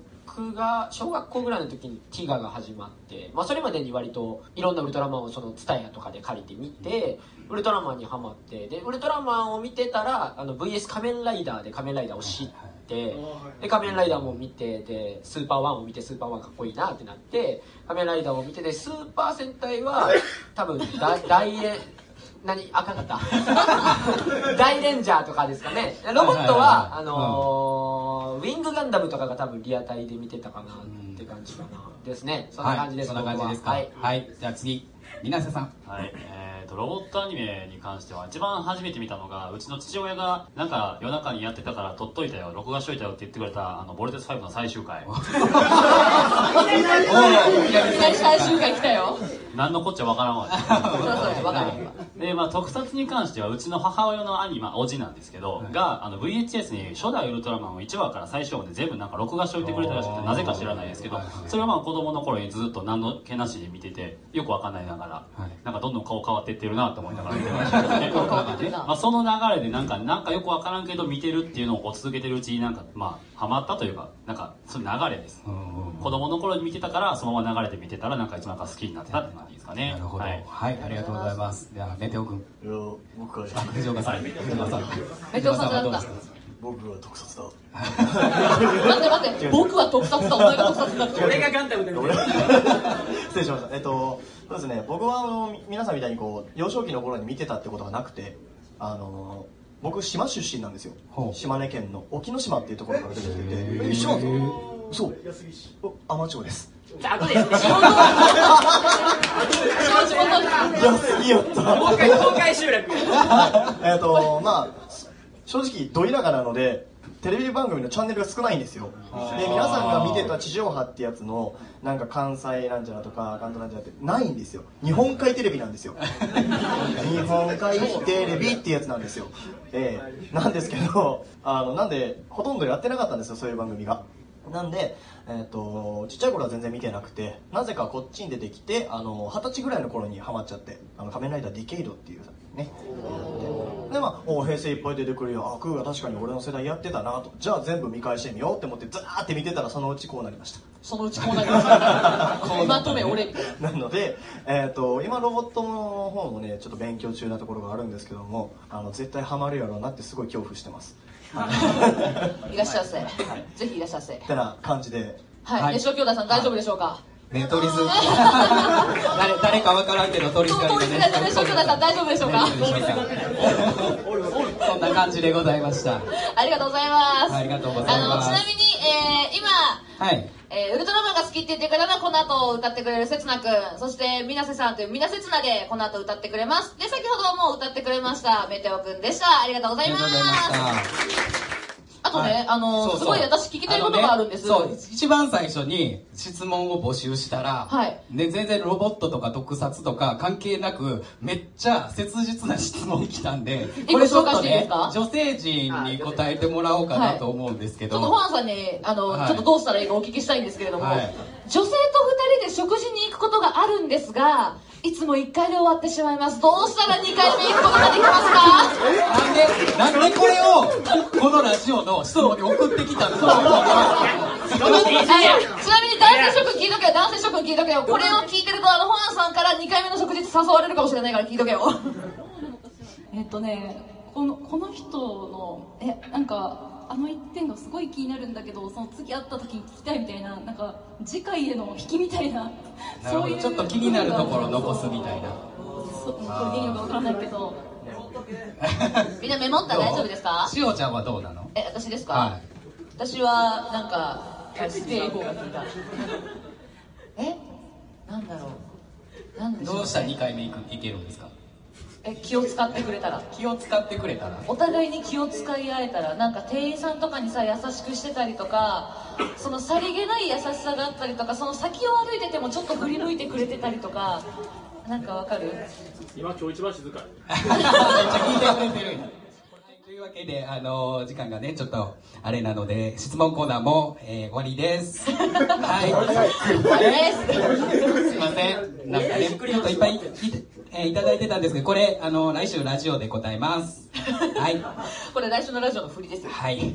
Speaker 12: が小学校ぐらいの時にティガが始まって、まあ、それまでに割といろんなウルトラマンをそのツタヤとかで借りて見てウルトラマンにハマってでウルトラマンを見てたらあの VS 仮面ライダーで仮面ライダーを知って、で仮面ライダーも見てでスーパーワンを見てスーパーワンかっこいいなってなって仮面ライダーを見てでスーパー戦隊 は多分だ大連何赤かった 大レンジャーとかですかねロボ
Speaker 3: はいはいは
Speaker 12: ット
Speaker 3: い
Speaker 12: はあのーウィングガンダムとかが多分リアタイで見てたかなって感じかなですねそんな感じです、
Speaker 3: はい、そんな感じですか
Speaker 12: 僕
Speaker 3: は、
Speaker 12: はい
Speaker 3: はい、じゃあ次水瀬さん
Speaker 11: はい、えーと、ロボットアニメに関しては、一番初めて見たのが、うちの父親が、なんか夜中にやってたから、撮っといたよ、録画しといたよって言ってくれた、あの、ボルテス5の最終回。
Speaker 1: いきなり最終回来たよ。
Speaker 11: 何のこっちゃわからんわ。そう
Speaker 1: そうそうわかる
Speaker 11: で、まあ、特撮に関しては、うちの母親の兄、まあ、おじなんですけど、が、あの、VHS に初代ウルトラマンを1話から最終話まで全部なんか録画しておいてくれたらしく
Speaker 3: あ
Speaker 11: て、
Speaker 3: ー
Speaker 11: なぜか知らないですけど
Speaker 3: はいはい、
Speaker 11: それはまあ、子供の頃にずっと何の気なしに見てて、よくわかんないながら、
Speaker 3: はい
Speaker 11: なんかどんどん顔変わってってるなと思いながら見てましたけどね
Speaker 1: 顔変わってってるな
Speaker 11: まあ、その流れでなんか、なんかよくわからんけど見てるっていうのをこう続けてるうちになんか、まあ、ハマったというか、なんか、その流れです。子供の頃に見てたから、そのまま流れて見てたら、なんか一番なんか好きになってたって感じですかね。
Speaker 3: なるほど
Speaker 11: は
Speaker 3: はいい、ありがとうございますではメテオ君
Speaker 8: いや僕は
Speaker 3: あ藤岡さん藤岡さん
Speaker 1: メテオさんだった
Speaker 3: 藤岡はどうですか
Speaker 8: 僕は特撮だ
Speaker 1: 待って待 って、僕は特撮だ、お前が特撮だって。
Speaker 2: 俺がガンダムだみたいな
Speaker 8: 失礼しましたえっとそうですね僕はあのみ皆さんみたいにこう幼少期の頃に見てたってことがなくてあの僕島出身なんですよ
Speaker 3: ほう
Speaker 8: 島根県の沖ノ島っていうところから出てきてて
Speaker 3: へー
Speaker 8: え一緒なんですかそうお海士町です
Speaker 2: 楽ですね
Speaker 1: 地元に
Speaker 8: 安いやった
Speaker 2: 公開公開集落
Speaker 8: えっとまあ正直ど田舎なのでテレビ番組のチャンネルが少ないんですよで皆さんが見てた地上波ってやつのなんか関西なんちゃらとか関東なんちゃらってないんですよ日本海テレビなんですよ 日本海テレビってやつなんですよええなんですけどあのなんでほとんどやってなかったんですよそういう番組がなんで、えっとちっちゃい頃は全然見てなくてなぜかこっちに出てきてあの二十歳ぐらいの頃にハマっちゃって「あの仮面ライダーディケイド」っていうねでまあ、お平成いっぱい出てくるよあクーが確かに俺の世代やってたなとじゃあ全部見返してみようって思ってザーって見てたらそのうちこうなりました
Speaker 1: そのうちこうなり ます。まとめ俺みたいな。
Speaker 8: なので、えー、と今ロボットの方もねちょっと勉強中なところがあるんですけどもあの絶対ハマるやろうなってすごい恐怖してます
Speaker 1: いらっしゃいませ。ぜひいらっしゃいませ。
Speaker 8: ってな感じで
Speaker 1: はい、熱唱兄弟さん大丈夫でしょうか。
Speaker 3: ねトリ ス誰誰かわからんけどトリス
Speaker 1: 東
Speaker 3: が
Speaker 1: 東立大熱唱兄弟さん大丈夫でしょうか。
Speaker 3: そんな感じでございました
Speaker 1: ありがとうございます。
Speaker 3: ありがとうございます
Speaker 1: あのちなみに、えー今、
Speaker 3: はい
Speaker 1: えーウルトラマンが好きって言ってくれたのはこの後歌ってくれるせつなくんそしてみなせさんというみなせつなでこの後歌ってくれますで先ほどもう歌ってくれましたメテオくんでしたありがとうござ
Speaker 3: あ
Speaker 1: い
Speaker 3: り
Speaker 1: ま
Speaker 3: が
Speaker 1: す
Speaker 3: とうございました
Speaker 1: あとね、
Speaker 3: はい
Speaker 1: あのー
Speaker 3: そうそう
Speaker 1: すごい私聞きたいことがあるんです、
Speaker 3: のねそう一番最初に質問を募集したら、
Speaker 1: はい
Speaker 3: ね、全然ロボットとか特撮とか関係なくめっちゃ切実な質問来た んで
Speaker 1: 一個紹介していいですか
Speaker 3: 女性陣に答えてもらおうかなと思うんですけ
Speaker 1: ち
Speaker 3: ど、
Speaker 1: ょっとファンさんにあの、
Speaker 3: はい
Speaker 1: ちょっとどうしたらいいかお聞きしたいんですけれども、
Speaker 3: はい
Speaker 1: 女性と二人で食事に行くことがあるんですがいつも1回で終わってしまいますどうしたら2回目行くことができますか
Speaker 13: なんで、なんでこれを、このラジオの人に送ってきたの
Speaker 1: はいちなみに男性諸君聞いとけよ男性諸君聞いとけよこれを聞いてるとあのホアンさんから2回目の食事誘われるかもしれないから聞いとけよ
Speaker 6: えっとねこのこの人のえなんかあの一点がすごい気になるんだけどその次会った時に聞きたいみたいななんか次回への引きみたいな
Speaker 3: なるほどちょっと気になるところ残すみたいな
Speaker 6: そうこれでいいのかわからないけど
Speaker 1: みんなメモったら大丈夫ですか
Speaker 3: しおちゃんはどうなの
Speaker 1: え私ですか、
Speaker 3: は
Speaker 1: 私はなんかすげえいい方が聞いたえなんだろうなん
Speaker 3: い
Speaker 1: でしょう、
Speaker 3: ど
Speaker 1: ね、
Speaker 3: うしたら2回目いくいけるんですか
Speaker 1: え気を使ってくれたら
Speaker 3: 気を使ってくれたら
Speaker 1: お互いに気を使い合えたらなんか店員さんとかにさ優しくしてたりとかそのさりげない優しさがあったりとかその先を歩いててもちょっと振り向いてくれてたりとかなんかわかる
Speaker 5: 今今日一番静かに
Speaker 3: めっちゃ聞いてくれてるんやというわけで、あの時間がね、ちょっと、あれなので、質問コーナーも、えー終わりです。はい。すいません。なんかね、ちょっといっぱい聞いて、えーいただいてたんですけど、これ、あの来週ラジオで答えます。はい。
Speaker 1: これ来週のラジオの振りです
Speaker 3: はい。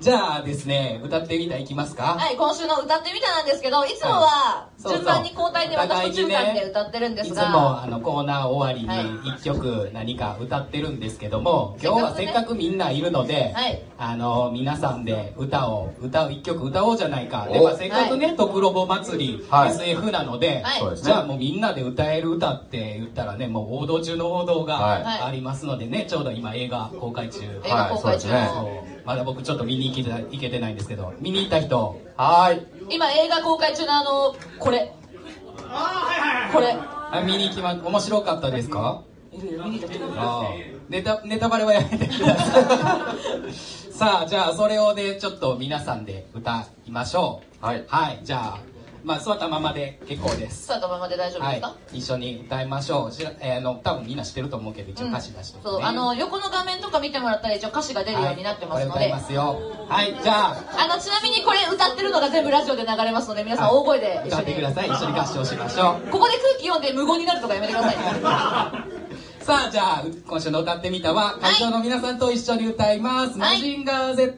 Speaker 3: じゃあですね、歌ってみたいきますか
Speaker 1: はい今週の歌ってみたなんですけどいつも
Speaker 3: は
Speaker 1: はい
Speaker 3: そうそう
Speaker 1: 順番に交代で私と中間で歌ってるんで
Speaker 3: い
Speaker 1: す
Speaker 3: つ
Speaker 1: が、
Speaker 3: もあのコーナー終わりに一曲何か歌ってるんですけども、今日はせっかくみんないるので、
Speaker 1: はい
Speaker 3: あの皆さんで歌を歌う一曲歌おうじゃないかで、まあ、せっかくね「とくろぼ祭り」
Speaker 7: はい
Speaker 3: SF なので、
Speaker 7: はいそうですね
Speaker 3: じゃあもうみんなで歌える歌って言ったらねもう王道中の王道
Speaker 7: はい
Speaker 3: がありますのでね、ちょうど今映画公開中
Speaker 7: 映画公開中はいそう
Speaker 3: そうまだ僕ちょっと見に行けてない行けてないんですけど見に行った人はい
Speaker 1: 今映画公開中のあのこれこれ
Speaker 3: あ見に行きま面白かったですか
Speaker 1: いるよ見に行ったとこ
Speaker 3: あーネタネタバレはやめてください さあじゃあそれをねちょっと皆さんで歌いましょうはい、じゃあまあ座ったままで結構です
Speaker 1: さあどままで大丈夫
Speaker 3: は
Speaker 1: です
Speaker 3: い
Speaker 1: か、、
Speaker 3: 一緒に歌いましょうしら、えーあの多分みんな知ってると思うけど一応歌詞出して、ね
Speaker 1: そう、あの、横の画面とか見てもらったら一応歌詞が出るようになってますの
Speaker 3: これ歌い
Speaker 1: で、
Speaker 3: ますよはいじゃあ
Speaker 1: あの、ちなみにこれ歌ってるのが全部ラジオで流れますので、皆さん大声で一
Speaker 3: 歌
Speaker 1: 緒
Speaker 3: ってく
Speaker 1: に。
Speaker 3: ださい一緒に合唱しましょう
Speaker 1: ここで空気読んで無言になるとかやめてください。
Speaker 3: さあじゃあ今週の歌ってみたは会場の皆さんと一緒に歌います、マジンガー Z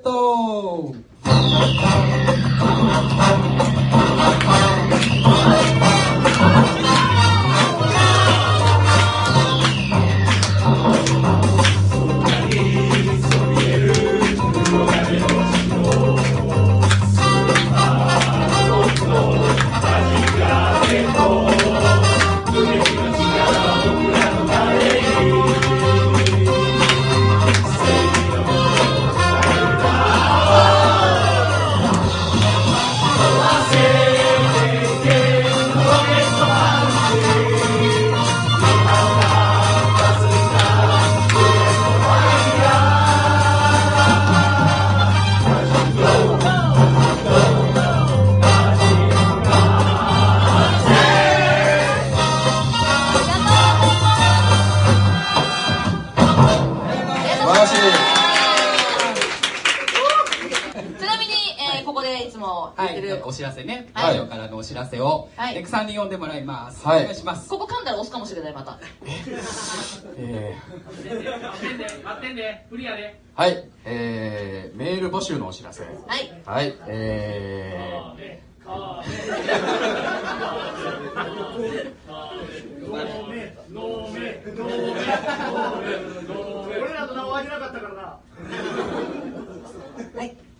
Speaker 1: ちなみに、えーここでいつも言
Speaker 3: は
Speaker 1: ってる、
Speaker 3: い、お知らせね、ラジオからのお知らせを、
Speaker 1: はい
Speaker 3: レクさんに読んでもらいます。
Speaker 7: は
Speaker 3: お
Speaker 7: い
Speaker 3: 願いします。
Speaker 1: ここ噛んだら押すかもしれない、また。
Speaker 7: え
Speaker 5: 待ってんで待ってんで不利やで
Speaker 7: ーはい、えー、メール募集のお知らせ。
Speaker 1: はい。
Speaker 7: はい、えー、
Speaker 2: 俺らの名を挙げなかったからな。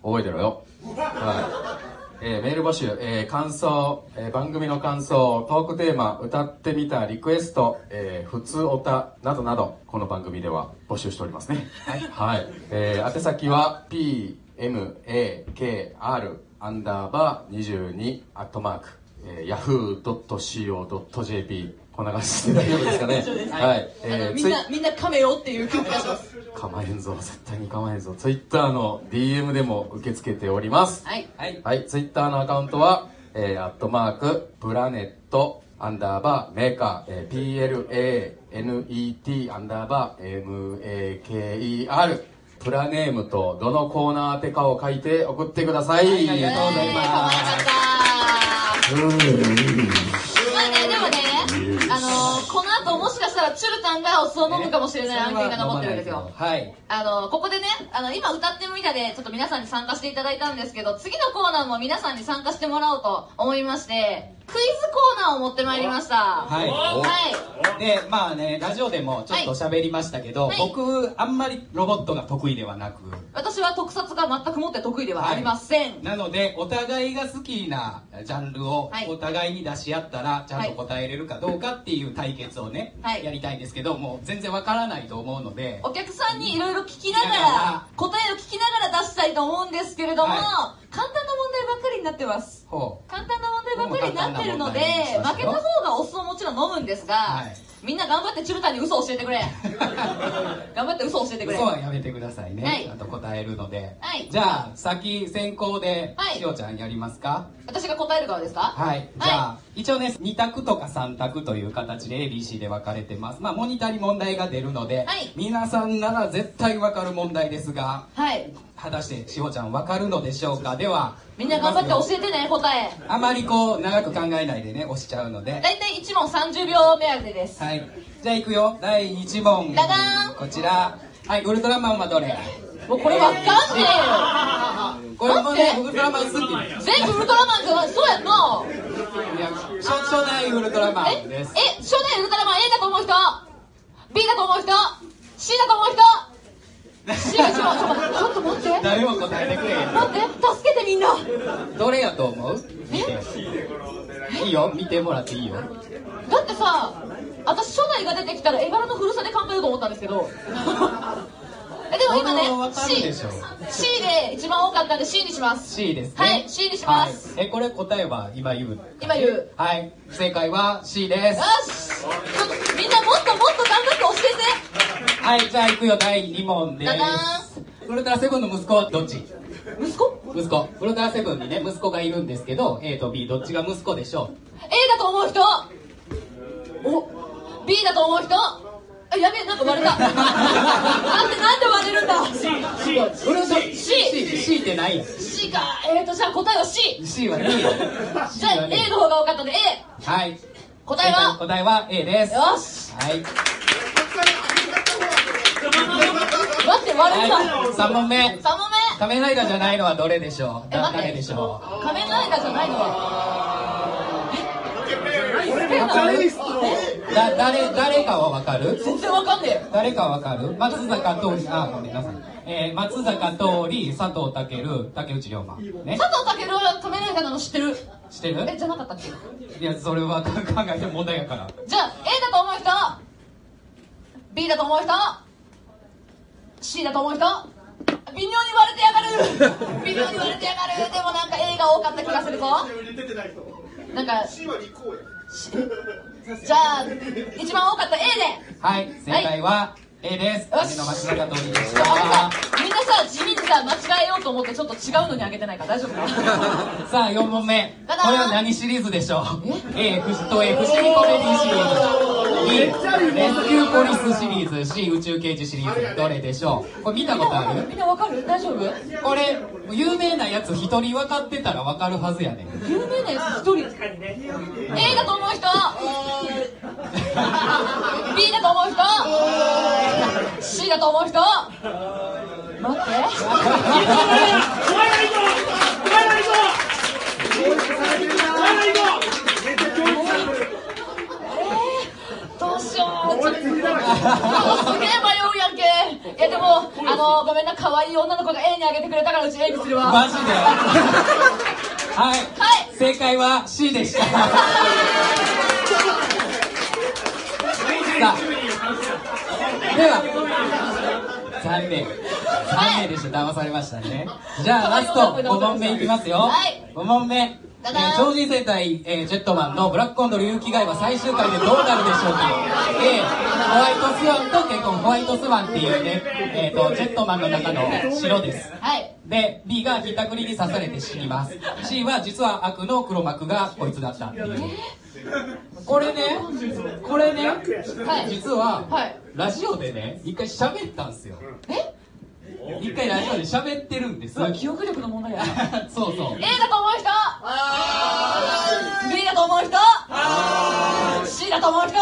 Speaker 7: 覚えてろよ。はい。えー、メール募集、えー、感想、えー、番組の感想、トークテーマ、歌ってみたリクエスト、えー、普通おたなどなど、この番組では募集しておりますね。はい。はい。えー、宛先は、p, m, a, k, r, アンダーバー22、アットマーク、えー、yahoo.co.jp。こんな感じで大丈夫です
Speaker 1: そ
Speaker 7: か
Speaker 1: うで
Speaker 7: ね。
Speaker 1: す
Speaker 7: はい。
Speaker 1: あ
Speaker 7: え
Speaker 1: のみ
Speaker 7: ー、
Speaker 1: んな、みんな噛めよっていう曲出します。
Speaker 7: かまへんぞ絶対にかまへんぞツイッターの DM でも受け付けております
Speaker 1: はい
Speaker 3: はい、
Speaker 7: ツイッターのアカウントは、えー、アットマークプラネットアンダーバーメーカー、えー、PLANET アンダーバー MAKER プラネームとどのコーナー宛てかを書いて送ってください、ありがとうございます、
Speaker 1: したら、チュルタンがお酢を飲むかもしれない案件が残ってるんですよ。
Speaker 3: はい。
Speaker 1: あの、ここでね、あの、今歌ってみたで、ちょっと皆さんに参加していただいたんですけど、次のコーナーも皆さんに参加してもらおうと思いまして、クイズコーナーを持ってまいりました。
Speaker 3: はい。
Speaker 1: はい。
Speaker 3: で、まあね、ラジオでもちょっと喋りましたけど、
Speaker 1: はい
Speaker 3: 僕、あんまりロボットが得意ではなく、
Speaker 1: 私は特撮が全くもって得意ではありません。
Speaker 3: なので、お互いが好きなジャンルをお互いに出し合ったら、ちゃんと答えれるかどうかっていう対決をね、
Speaker 1: はい
Speaker 3: やりたいんですけど、もう全然わからないと思うので、
Speaker 1: お客さんにいろいろ聞きながら、答えを聞きながら出したいと思うんですけれども、
Speaker 3: は
Speaker 1: 簡単な問題ばっかりになってます。
Speaker 3: ほ
Speaker 1: 簡単な問題ばっかりになってるので、
Speaker 3: もう簡単な問題にしま
Speaker 1: 負
Speaker 3: す
Speaker 1: け
Speaker 3: よ
Speaker 1: た方がお酢をもちろん飲むんですが、みんな頑張ってチュルタンに嘘を教えてくれ。 頑張って嘘を教えて
Speaker 3: う。
Speaker 1: くれ。
Speaker 3: 嘘はやめてくださいね。
Speaker 1: はい
Speaker 3: ちゃんと答えるので。
Speaker 1: はい
Speaker 3: じゃあ、先先行で
Speaker 1: は、い
Speaker 3: しおちゃんやりますか
Speaker 1: 私が答える側ですか
Speaker 3: はい。じゃあ、一応ね、2択とか3択という形で ABC で分かれてます。まあ、モニターに問題が出るので、
Speaker 1: はい
Speaker 3: 皆さんなら絶対分かる問題ですが、
Speaker 1: はい。
Speaker 3: 果たしてしおちゃん分かるのでしょうかでは、
Speaker 1: みんな頑張って教えてね、答え。
Speaker 3: あまりこう、長く考えないでね、押しちゃうので。
Speaker 1: だいたい1問30秒目安でです。
Speaker 3: はい。じゃあ、いくよ。第1問。
Speaker 1: ダダーン
Speaker 3: こちら。はい、ウルトラマンはどれ
Speaker 1: もうこれわかんね えよ
Speaker 3: これもね
Speaker 1: だって
Speaker 3: ウルトラマン好き
Speaker 1: 全部ウルトラマンじゃないそうやんない
Speaker 3: や初初代ウルトラマンです。
Speaker 1: え初代ウルトラマン A だと思う人 B だと思う人 C だと思う 人 C が一番ちょっとちょっと待って
Speaker 3: 誰も答えてくれへん。
Speaker 1: 待って助けてみんな
Speaker 3: どれやと思う見て。いいよ、見てもらっていいよ。
Speaker 1: だってさ私初代が出てきたらエバラの古さで考えようと思ったんですけど えでも今ね
Speaker 3: これはわかる
Speaker 1: C,
Speaker 3: でしょ
Speaker 1: C で一番多かったんで C にします
Speaker 3: C ですね。
Speaker 1: はい C にします、
Speaker 3: はい。え、これ答えは今言う。
Speaker 1: 今言う。
Speaker 3: はい。正解は C で
Speaker 1: よし
Speaker 3: す。
Speaker 1: ちょっとみんなもっともっと頑張って教えて
Speaker 3: はい、じゃあ行くよ、第2問で
Speaker 1: ダダ
Speaker 3: す。ウルトラセブンの息子はどっち
Speaker 1: 息子
Speaker 3: 息子。ウルトラセブンにね、息子がいるんですけど、A と B どっちが息子でしょ
Speaker 1: A だと思う人お B だと思う人あやべえなんか 割れたなんでなんで割れるんだ C,
Speaker 3: うウルトラ C、C ってないやん。
Speaker 1: C かえーとじゃあ答えは C
Speaker 3: C は D よ。
Speaker 1: じゃあ A の方が多かったんで A
Speaker 3: はい。
Speaker 1: 答えは
Speaker 3: 答えは A です。
Speaker 1: よし。
Speaker 3: はい。
Speaker 1: 待って割れた、
Speaker 3: はい、3問目。
Speaker 1: 3問目
Speaker 3: 仮面ライダーじゃないのはどれでしょう
Speaker 1: え待って
Speaker 3: 誰でしょ
Speaker 1: 仮面ライダーじゃないの
Speaker 3: うだ誰、誰かはわかる
Speaker 1: 全然わかんねえ
Speaker 3: 誰かわかる松坂桃李、あ、ごめんなさい。えー、松坂桃李、佐藤健、竹内涼真。ね。
Speaker 1: 佐藤健は仮面ライダーなの知ってる
Speaker 3: 知ってる
Speaker 1: えじゃなかったっけ
Speaker 3: いや、それは考えて問題やから。
Speaker 1: じゃあ A だと思う人 B だと思う人 C だと思う人微妙に割れてや がる微妙に割れてやがるでもなんか A が多かった気がするぞなんか C は立候じゃあ一番多かった A で
Speaker 3: はい、正解は A です。私の松坂桃李でした。
Speaker 1: みんなさ地味にさ間違えようと思ってちょっと違うのにあげてないから大丈夫かな
Speaker 3: さあ、4問目。
Speaker 1: ただ
Speaker 3: これは何シリーズでしょう ?A、フット A、不思議コメディシリーズ。B、レスキューポリスシリーズ。C、宇宙刑事シリーズ。どれでしょうこれ見たことある
Speaker 1: みんなわかる大丈夫
Speaker 3: これ、有名なやつ一人分かってたら分かるはずやねん。
Speaker 1: 有名なやつ一人 A だと思う 人 B だと思う人 C だと思う人待ってどうしようちょっとすげえ迷うやんけいやでもあのごめんな可愛い女の子が A にあげてくれたからうち A にするわ
Speaker 3: マジでは
Speaker 1: は
Speaker 3: い、
Speaker 1: い
Speaker 3: 正解は C でした。さあ、では、残念。残念でした。騙されましたね。じゃあ、ラスト5問目いきますよ。
Speaker 1: はい
Speaker 3: 5問目。え
Speaker 1: ダダン
Speaker 3: ー超人戦隊、えージェットマンのブラックコンドル有機外は最終回でどうなるでしょうか A、ホワイトスワンと結婚ホワイトスワンっていうね、えっ、と、ジェットマンの中の白です。
Speaker 1: はい
Speaker 3: で、B がひったくりに刺されて死にます。C は実は悪の黒幕がこいつだったっていう。これね、これね、
Speaker 1: はい
Speaker 3: 実は、
Speaker 1: はい
Speaker 3: ラジオでね、一回喋ったんですよ。一回ラジオで喋ってるんです。記
Speaker 1: 憶力の問題や。
Speaker 3: そうそう
Speaker 1: A。だと思う人 B だと思う人 C だと思う人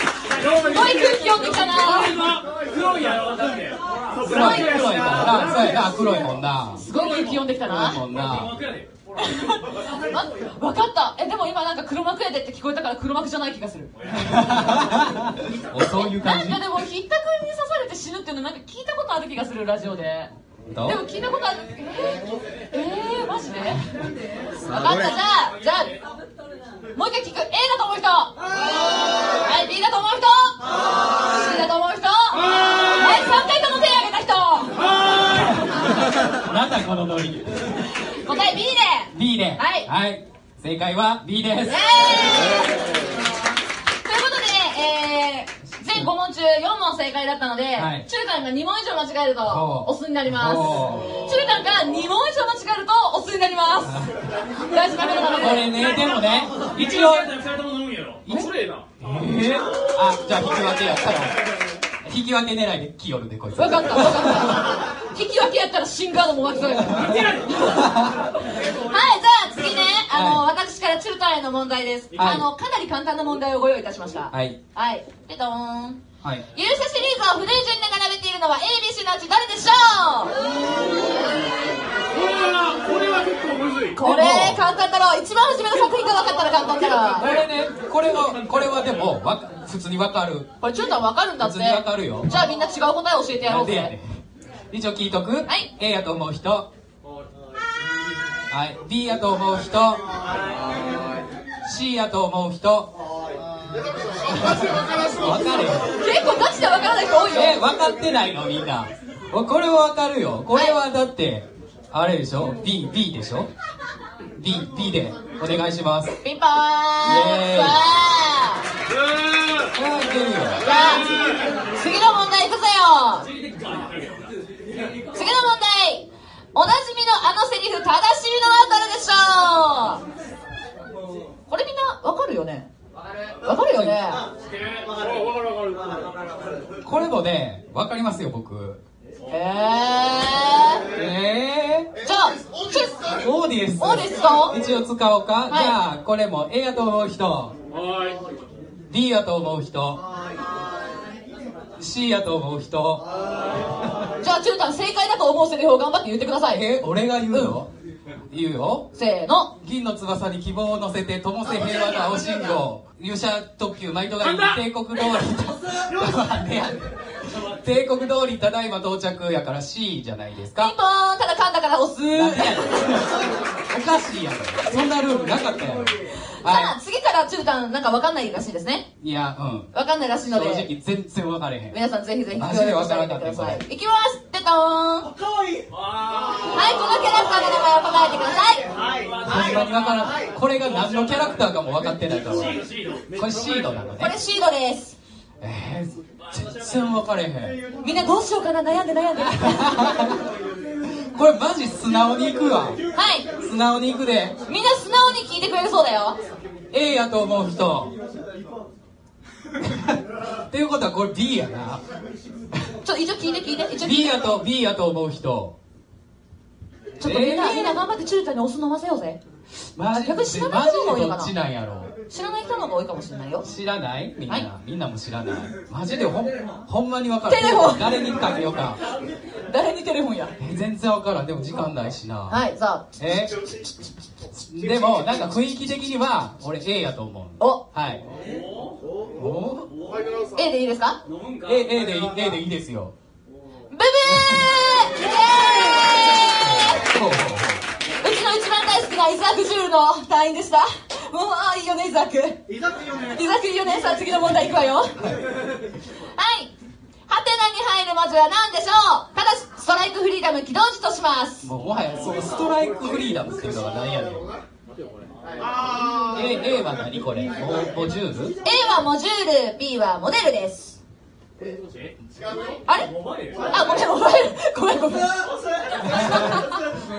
Speaker 1: 寄ってきたな
Speaker 5: 黒いやろだって
Speaker 3: すごい黒いもんなそうやな黒いもんな
Speaker 1: すごい空気読んできたな
Speaker 3: 黒いも んな
Speaker 1: わかったえでも今なんか黒幕やでって聞こえたから黒幕じゃない気がする
Speaker 3: おそういう感
Speaker 1: な
Speaker 3: じ
Speaker 1: んかでもひったくりに刺されて死ぬっていうのなんか聞いたことある気がするラジオでで
Speaker 3: ど
Speaker 1: も
Speaker 3: う
Speaker 1: 聞いたことあるえー、えー、マジで
Speaker 3: さ
Speaker 1: わ
Speaker 3: あ
Speaker 1: かっ
Speaker 3: どれ
Speaker 1: たじゃあじゃあもう一回聞く A だと思う人はい B だと思う人 C だと思う人はい3回とも手を挙げた人
Speaker 3: なんだこのノリ
Speaker 1: 答え B で
Speaker 3: B で
Speaker 1: はい
Speaker 3: はい正解は B です
Speaker 1: ということで、えー、全5問中4問正解だったので、
Speaker 3: はい
Speaker 1: 中間が2問以上間違えると
Speaker 3: お
Speaker 1: オスになります
Speaker 3: お
Speaker 1: 中間が2問以上間違えるとオスになり ます大事なことなので
Speaker 3: これねでもね一応
Speaker 5: 二人とも飲むんやろ綺麗な
Speaker 3: えーあじゃあ引き分けやったら引き分け狙いで来よるねこいつ
Speaker 1: 分かった分かった引き分けやったら新カードも巻き添えるはいじゃあ次ねあの、私から中間への問題です、
Speaker 3: はい
Speaker 1: あのかなり簡単な問題をご用意いたしました
Speaker 3: はい
Speaker 1: はいペトーン
Speaker 3: はい
Speaker 1: 優勝シリーズを古い順で並べているのは ABC のうちどれでしょう
Speaker 5: これは結構むずい
Speaker 1: これ簡単だろう一番初めの作品が分かったら簡単だ
Speaker 3: こ
Speaker 1: ろう
Speaker 3: れねこれはこれはでもわか普通にわかる
Speaker 1: これ中間分かるんだって
Speaker 3: 普通にわかるよ
Speaker 1: じゃあみんな違う答え教えてやろ
Speaker 3: な
Speaker 1: うん
Speaker 3: でやね
Speaker 1: ぜ
Speaker 3: ん一応聞いとく、A やと思う人はい B やと思う人 C やと思う人
Speaker 1: 結構
Speaker 3: 分かるよ
Speaker 1: ガチで分からない人多いよ
Speaker 3: え分かってないのみんなおこれは分かるよこれはだってあれでしょ BB でしょ BB でお願いします
Speaker 1: ピンポーンわ
Speaker 3: イエーイ
Speaker 1: あ
Speaker 3: これはいけるよ
Speaker 1: じゃあ次の問題いくぞよ次の問題おなじみのあのセリフ正しいのはどれでしょうこれみんなわかるよねわかるよね
Speaker 3: これもね分かりますよ僕
Speaker 1: えー
Speaker 3: え
Speaker 1: じゃあチェス
Speaker 3: ー、オーディエス
Speaker 1: オーディエスか
Speaker 3: 一応使おう
Speaker 1: い
Speaker 3: か、じゃあこれも A やと思う人 B やと思う人 C やと思う人
Speaker 1: じゃあ、チュータン正解だと思うセリフを頑張って言ってください。
Speaker 3: え俺が言うの、言うよ
Speaker 1: せーの
Speaker 3: 銀の翼に希望を乗せて灯せ平和な青信号勇者特急毎度が帝国通りと帝国通りただいま到着やから C じゃないです
Speaker 1: ピ
Speaker 3: か
Speaker 1: ンポーンただ噛んだから押す。
Speaker 3: なんでやねんおかしいやろそんなルールなかったやろ
Speaker 1: じゃあ、次からチュータンなんかわかんないらしいですね。
Speaker 3: いやうん
Speaker 1: わかんないらしい
Speaker 3: 正
Speaker 1: ので。
Speaker 3: 直全然分かれへん
Speaker 1: 皆さんぜひぜひ
Speaker 3: マジでわからんかった
Speaker 1: 協力してあげてくだ
Speaker 3: こ
Speaker 1: さいいきますてとーんかわいいはいこのキャラクターの名前を答えてください
Speaker 3: ほんまに分からん、これが何のキャラクターかも分かってないからこれシードなの
Speaker 1: こ
Speaker 3: ね
Speaker 1: れシードです
Speaker 3: えー、全然分かれへん
Speaker 1: みんなどうしようかな悩んで悩んで
Speaker 3: これマジ素直にいくわ
Speaker 1: はい
Speaker 3: 素直にいくで
Speaker 1: みんな素直に聞いてくれるそうだよ
Speaker 3: A やと思う人っていうことはこれ B やな
Speaker 1: ちょっと一応聞いて聞いて一応聞いて
Speaker 3: B やと B やと思う人
Speaker 1: ちょっとみんな、
Speaker 3: えー
Speaker 1: みんな頑張ってチュータンにお酢飲ませようぜ
Speaker 3: マジで
Speaker 1: 逆に知らない
Speaker 3: マジ
Speaker 1: 人の方がいい
Speaker 3: で
Speaker 1: か
Speaker 3: ど
Speaker 1: な
Speaker 3: っちなんやろ
Speaker 1: 知らない人の方が多いかもしれないよ
Speaker 3: 知らないみんな、
Speaker 1: はい
Speaker 3: みんなも知らないマジでほんほんまに分からん
Speaker 1: テレフォン
Speaker 3: 誰にかけようか
Speaker 1: 誰にテレフォンや
Speaker 3: え全然分からんでも時間ないしな
Speaker 1: はいじゃあ
Speaker 3: えでもなんか雰囲気的には俺 A やと思う
Speaker 1: お
Speaker 3: はいお
Speaker 1: A でいいですか
Speaker 3: A, A でいい A でいいですよ
Speaker 1: ブブーイエ
Speaker 3: ほうほう
Speaker 1: ーイうちの一番大好きなイザーク・ジュールの隊員でしたもうああいいよねイザーク
Speaker 2: いざって読め
Speaker 1: 伊沢くんよねさあ次の問題いくわよはいはてなに入る文字は何でしょうただしストライクフリーダム起動時とします
Speaker 3: もうもはやそのストライクフリーダムっていうのが何やねん A, A は何これモモジュール
Speaker 1: A はモジュール B はモデルですあれあごめんモバイルごめんごめん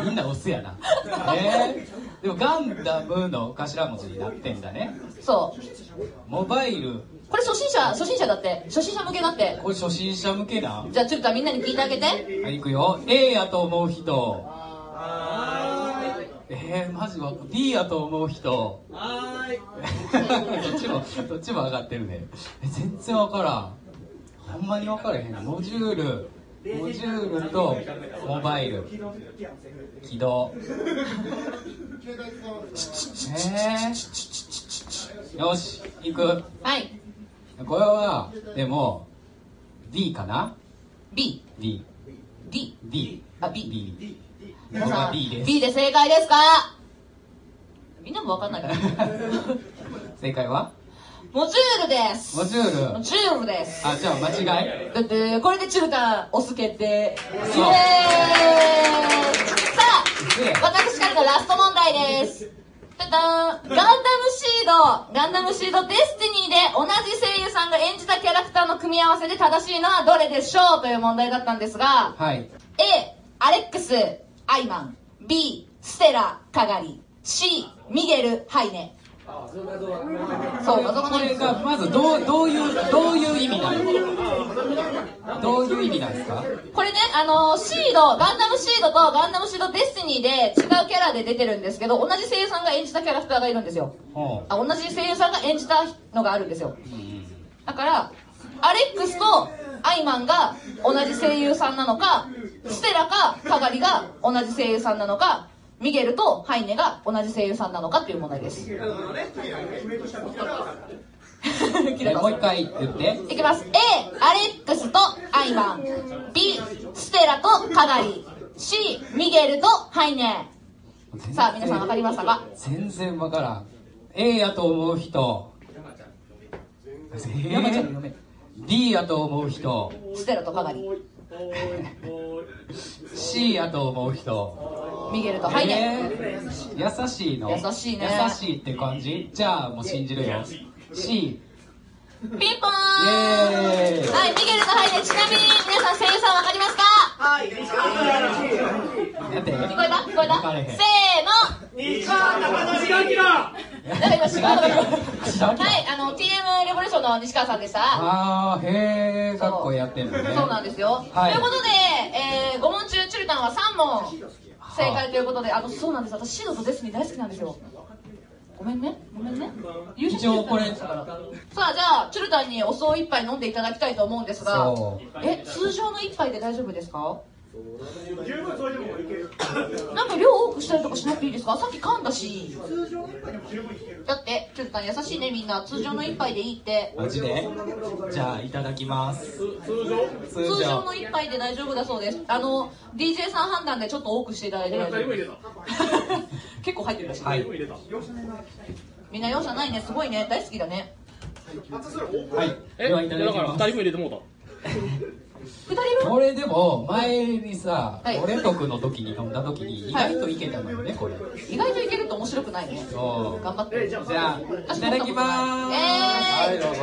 Speaker 3: みんなオスやなえー、でもガンダムの頭文字になってんだね
Speaker 1: そう
Speaker 3: モバイル
Speaker 1: これ初心者初心者だって初心者向けだって
Speaker 3: これ初心者向けな
Speaker 1: じゃあちょっとみんなに聞いてあげて
Speaker 3: はい、いくよ。A やと思う人。えー、マジわ B やと思う人。 どっちも、どっちも上がってるね。え全然わからん。ほんまに分からへんなモジュールモジュールとモバイル起動えー、よし行くはいこれはでも B かな BBD B あ B B
Speaker 1: 皆
Speaker 3: 僕
Speaker 1: さ
Speaker 3: は
Speaker 1: ん
Speaker 3: B です
Speaker 1: B で正解ですかみんなもわかんないけど
Speaker 3: 正解は
Speaker 1: モジュールです
Speaker 3: モジュー
Speaker 1: モ
Speaker 3: ル
Speaker 1: ジュールです
Speaker 3: あじゃあ間違い
Speaker 1: だってこれでチルタンおすけてイエーイ
Speaker 3: そう
Speaker 1: さあ私からのラスト問題ですただーんガンダムシードガンダムシードデスティニーで同じ声優さんが演じたキャラクターの組み合わせで正しいのはどれでしょうという問題だったんですが
Speaker 3: はい
Speaker 1: A アレックスアイマン B ステラカガリ C ミゲルハイネそう謎
Speaker 3: これがまずどうどういうどういう意味なのどういう意味なんですか
Speaker 1: これね、あのーシード、ガンダムシードとガンダムシードデスティニーで違うキャラで出てるんですけど、同じ声優さんが演じたキャラクターがいるんですよ。
Speaker 3: ほ
Speaker 1: あ、同じ声優さんが演じたのがあるんですよ。だから、アレックスとアイマンが同じ声優さんなのか、ステラかカガリが同じ声優さんなのか、ミゲルとハイネが同じ声優さんなのかっていう問題です。
Speaker 3: えもう一回言って
Speaker 1: いきます。A、アレックスとアイマン。B、ステラとカガリ。C、ミゲルとハイネ。さあ、皆さん分かりましたか
Speaker 3: 全然わからん A やと思う人山ちゃん B やと思う人
Speaker 1: ステラとカガリ。
Speaker 3: C やと思う人
Speaker 1: ミゲルとハイネ。
Speaker 3: えー優しいの
Speaker 1: 優しいね
Speaker 3: 優しいって感じじゃあもう信じるよ C
Speaker 1: ピンポーン
Speaker 3: イエーイ
Speaker 1: はい、ミゲルとハイネ。ちなみに、皆さん声優さん分かりますかはい、西川聞こえた聞こえた
Speaker 3: 分かれへん
Speaker 1: せーの西川なんか今違うのが言われたはい、あの、TM レボリューションの西川さんでした。
Speaker 3: あーへえ学校やってんのね
Speaker 1: そうなんですよ。
Speaker 3: はい
Speaker 1: ということで、え5問中、チュルタンは3問正解ということで、あの、そうなんです。私、シードとデスニー大好きなんですよ。ごめんね、ごめんね。
Speaker 3: 一応これ
Speaker 1: さあ、じゃあ、チュルタンにお酢を1杯飲んでいただきたいと思うんですが
Speaker 3: そ、
Speaker 1: え、通常の1杯で大丈夫ですか
Speaker 5: 十分それでもいける
Speaker 1: なんか量多くしたりとかしなくていいですかさっき噛んだし。だって、チュルタン優しいね、みんな。通常の1杯でいいって。
Speaker 3: マジでじゃあいただきます通
Speaker 1: 通常
Speaker 3: 常
Speaker 1: の一杯で大丈夫だそうです。あの、DJ さん判断でちょっと多くしていただいて大丈夫です。結構入ってるらしい。
Speaker 3: はい
Speaker 1: みんな容赦ないね、すごいね、大好きだね。
Speaker 3: はい
Speaker 5: え
Speaker 3: ではいただき
Speaker 5: だ
Speaker 3: ます
Speaker 5: から二人も入れてもうた
Speaker 3: これでも前にさ、
Speaker 1: はい
Speaker 3: 俺とくの時に飲んだ時に意外といけたのよねこれ
Speaker 1: 意外といけると面白くないね。
Speaker 3: そう
Speaker 1: 頑張って。
Speaker 3: じゃあいただきまーす
Speaker 1: えー
Speaker 3: はい
Speaker 1: い
Speaker 3: どうぞ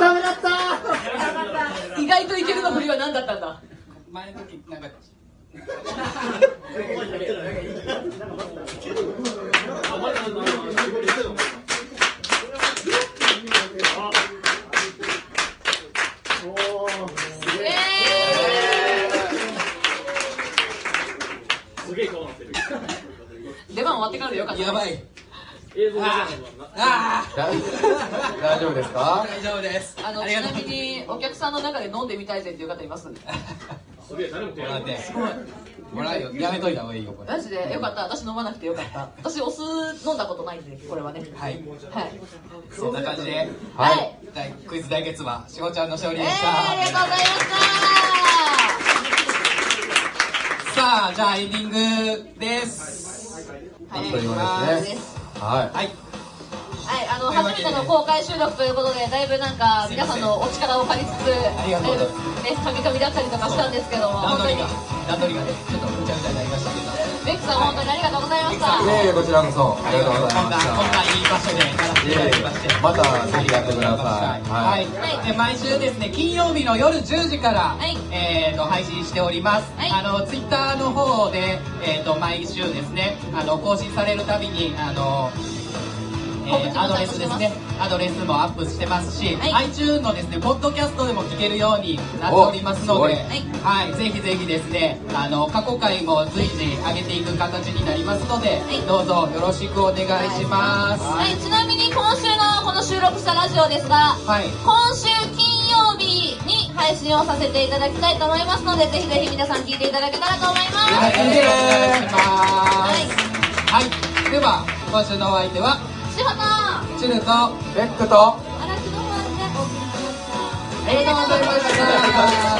Speaker 2: ダ メだった
Speaker 1: 意外といけるの振りは何だったんだ
Speaker 3: 前の時なんか
Speaker 5: すげえ顔なってる
Speaker 1: 出番終わって からでよかった。
Speaker 3: やばい
Speaker 5: 映像が
Speaker 3: ああ
Speaker 7: 大丈夫ですか
Speaker 3: 大丈夫です
Speaker 1: あの、
Speaker 3: あ
Speaker 1: ち
Speaker 3: りがと
Speaker 1: な
Speaker 3: う
Speaker 1: みに、お客さんの中で飲んでみたいぜっていう方います
Speaker 5: すげえ誰も手
Speaker 3: もらっ
Speaker 5: 挙げ
Speaker 3: て
Speaker 5: て
Speaker 3: もらうよやめといた方がいいよこれ
Speaker 1: マジでよかった。私飲まなくてよかった。私、お酢飲んだことないんで、これはね。
Speaker 3: はい
Speaker 1: はい。
Speaker 3: そんな感じで
Speaker 1: は
Speaker 3: はいいクイズ対決はしほちゃんの勝利
Speaker 1: えー、
Speaker 3: でした、
Speaker 1: ありがとうございま
Speaker 3: さあじゃあエンディングです
Speaker 1: はい
Speaker 3: いきま
Speaker 1: です
Speaker 3: はい、はい、
Speaker 1: した。はい、あの、初めての公開収録ということで、だいぶなんか、皆さんのお力を借りつつ、だ
Speaker 3: りが
Speaker 1: い
Speaker 3: とうございま
Speaker 1: ぶね、カミカミだったりとかしたんですけども、本
Speaker 3: 段
Speaker 1: 当
Speaker 3: 取
Speaker 1: に
Speaker 3: り、が段取りがねちょっとむちゃむちゃになりましたけど
Speaker 1: ベックさん本当にありがとうございました。
Speaker 7: いえいえこちらこそありがとうございまし
Speaker 3: こ
Speaker 7: た
Speaker 3: んないい場所でやらせていただきまして
Speaker 7: またぜひやってください
Speaker 3: はい、で毎週ですね金曜日の夜10時から、えー、と配信しております、あのツイッターの方で、えー、と毎週ですねあの更新されるたびにあのえーアドレスですねアドレスもアップしてますし、iTune のですねポッドキャストでも聞けるようになっておりますの
Speaker 14: おすご
Speaker 3: で
Speaker 14: い
Speaker 3: はい、ぜひぜひですねあの過去回も随時上げていく形になりますので、どうぞよろしくお願いします、
Speaker 1: はい、ちなみに今週のこの収録したラジオですが、
Speaker 3: はい
Speaker 1: 今週金曜日に配信をさせていただきたいと思いますのでぜひぜひ皆さん聞いていただけたらと思います
Speaker 3: はい、よろしくお願いしますはい、では今週のお相手は
Speaker 1: しほとあ
Speaker 3: チュルとベック
Speaker 1: らきのファン
Speaker 3: と
Speaker 1: がお送りしました
Speaker 3: ありがとうございました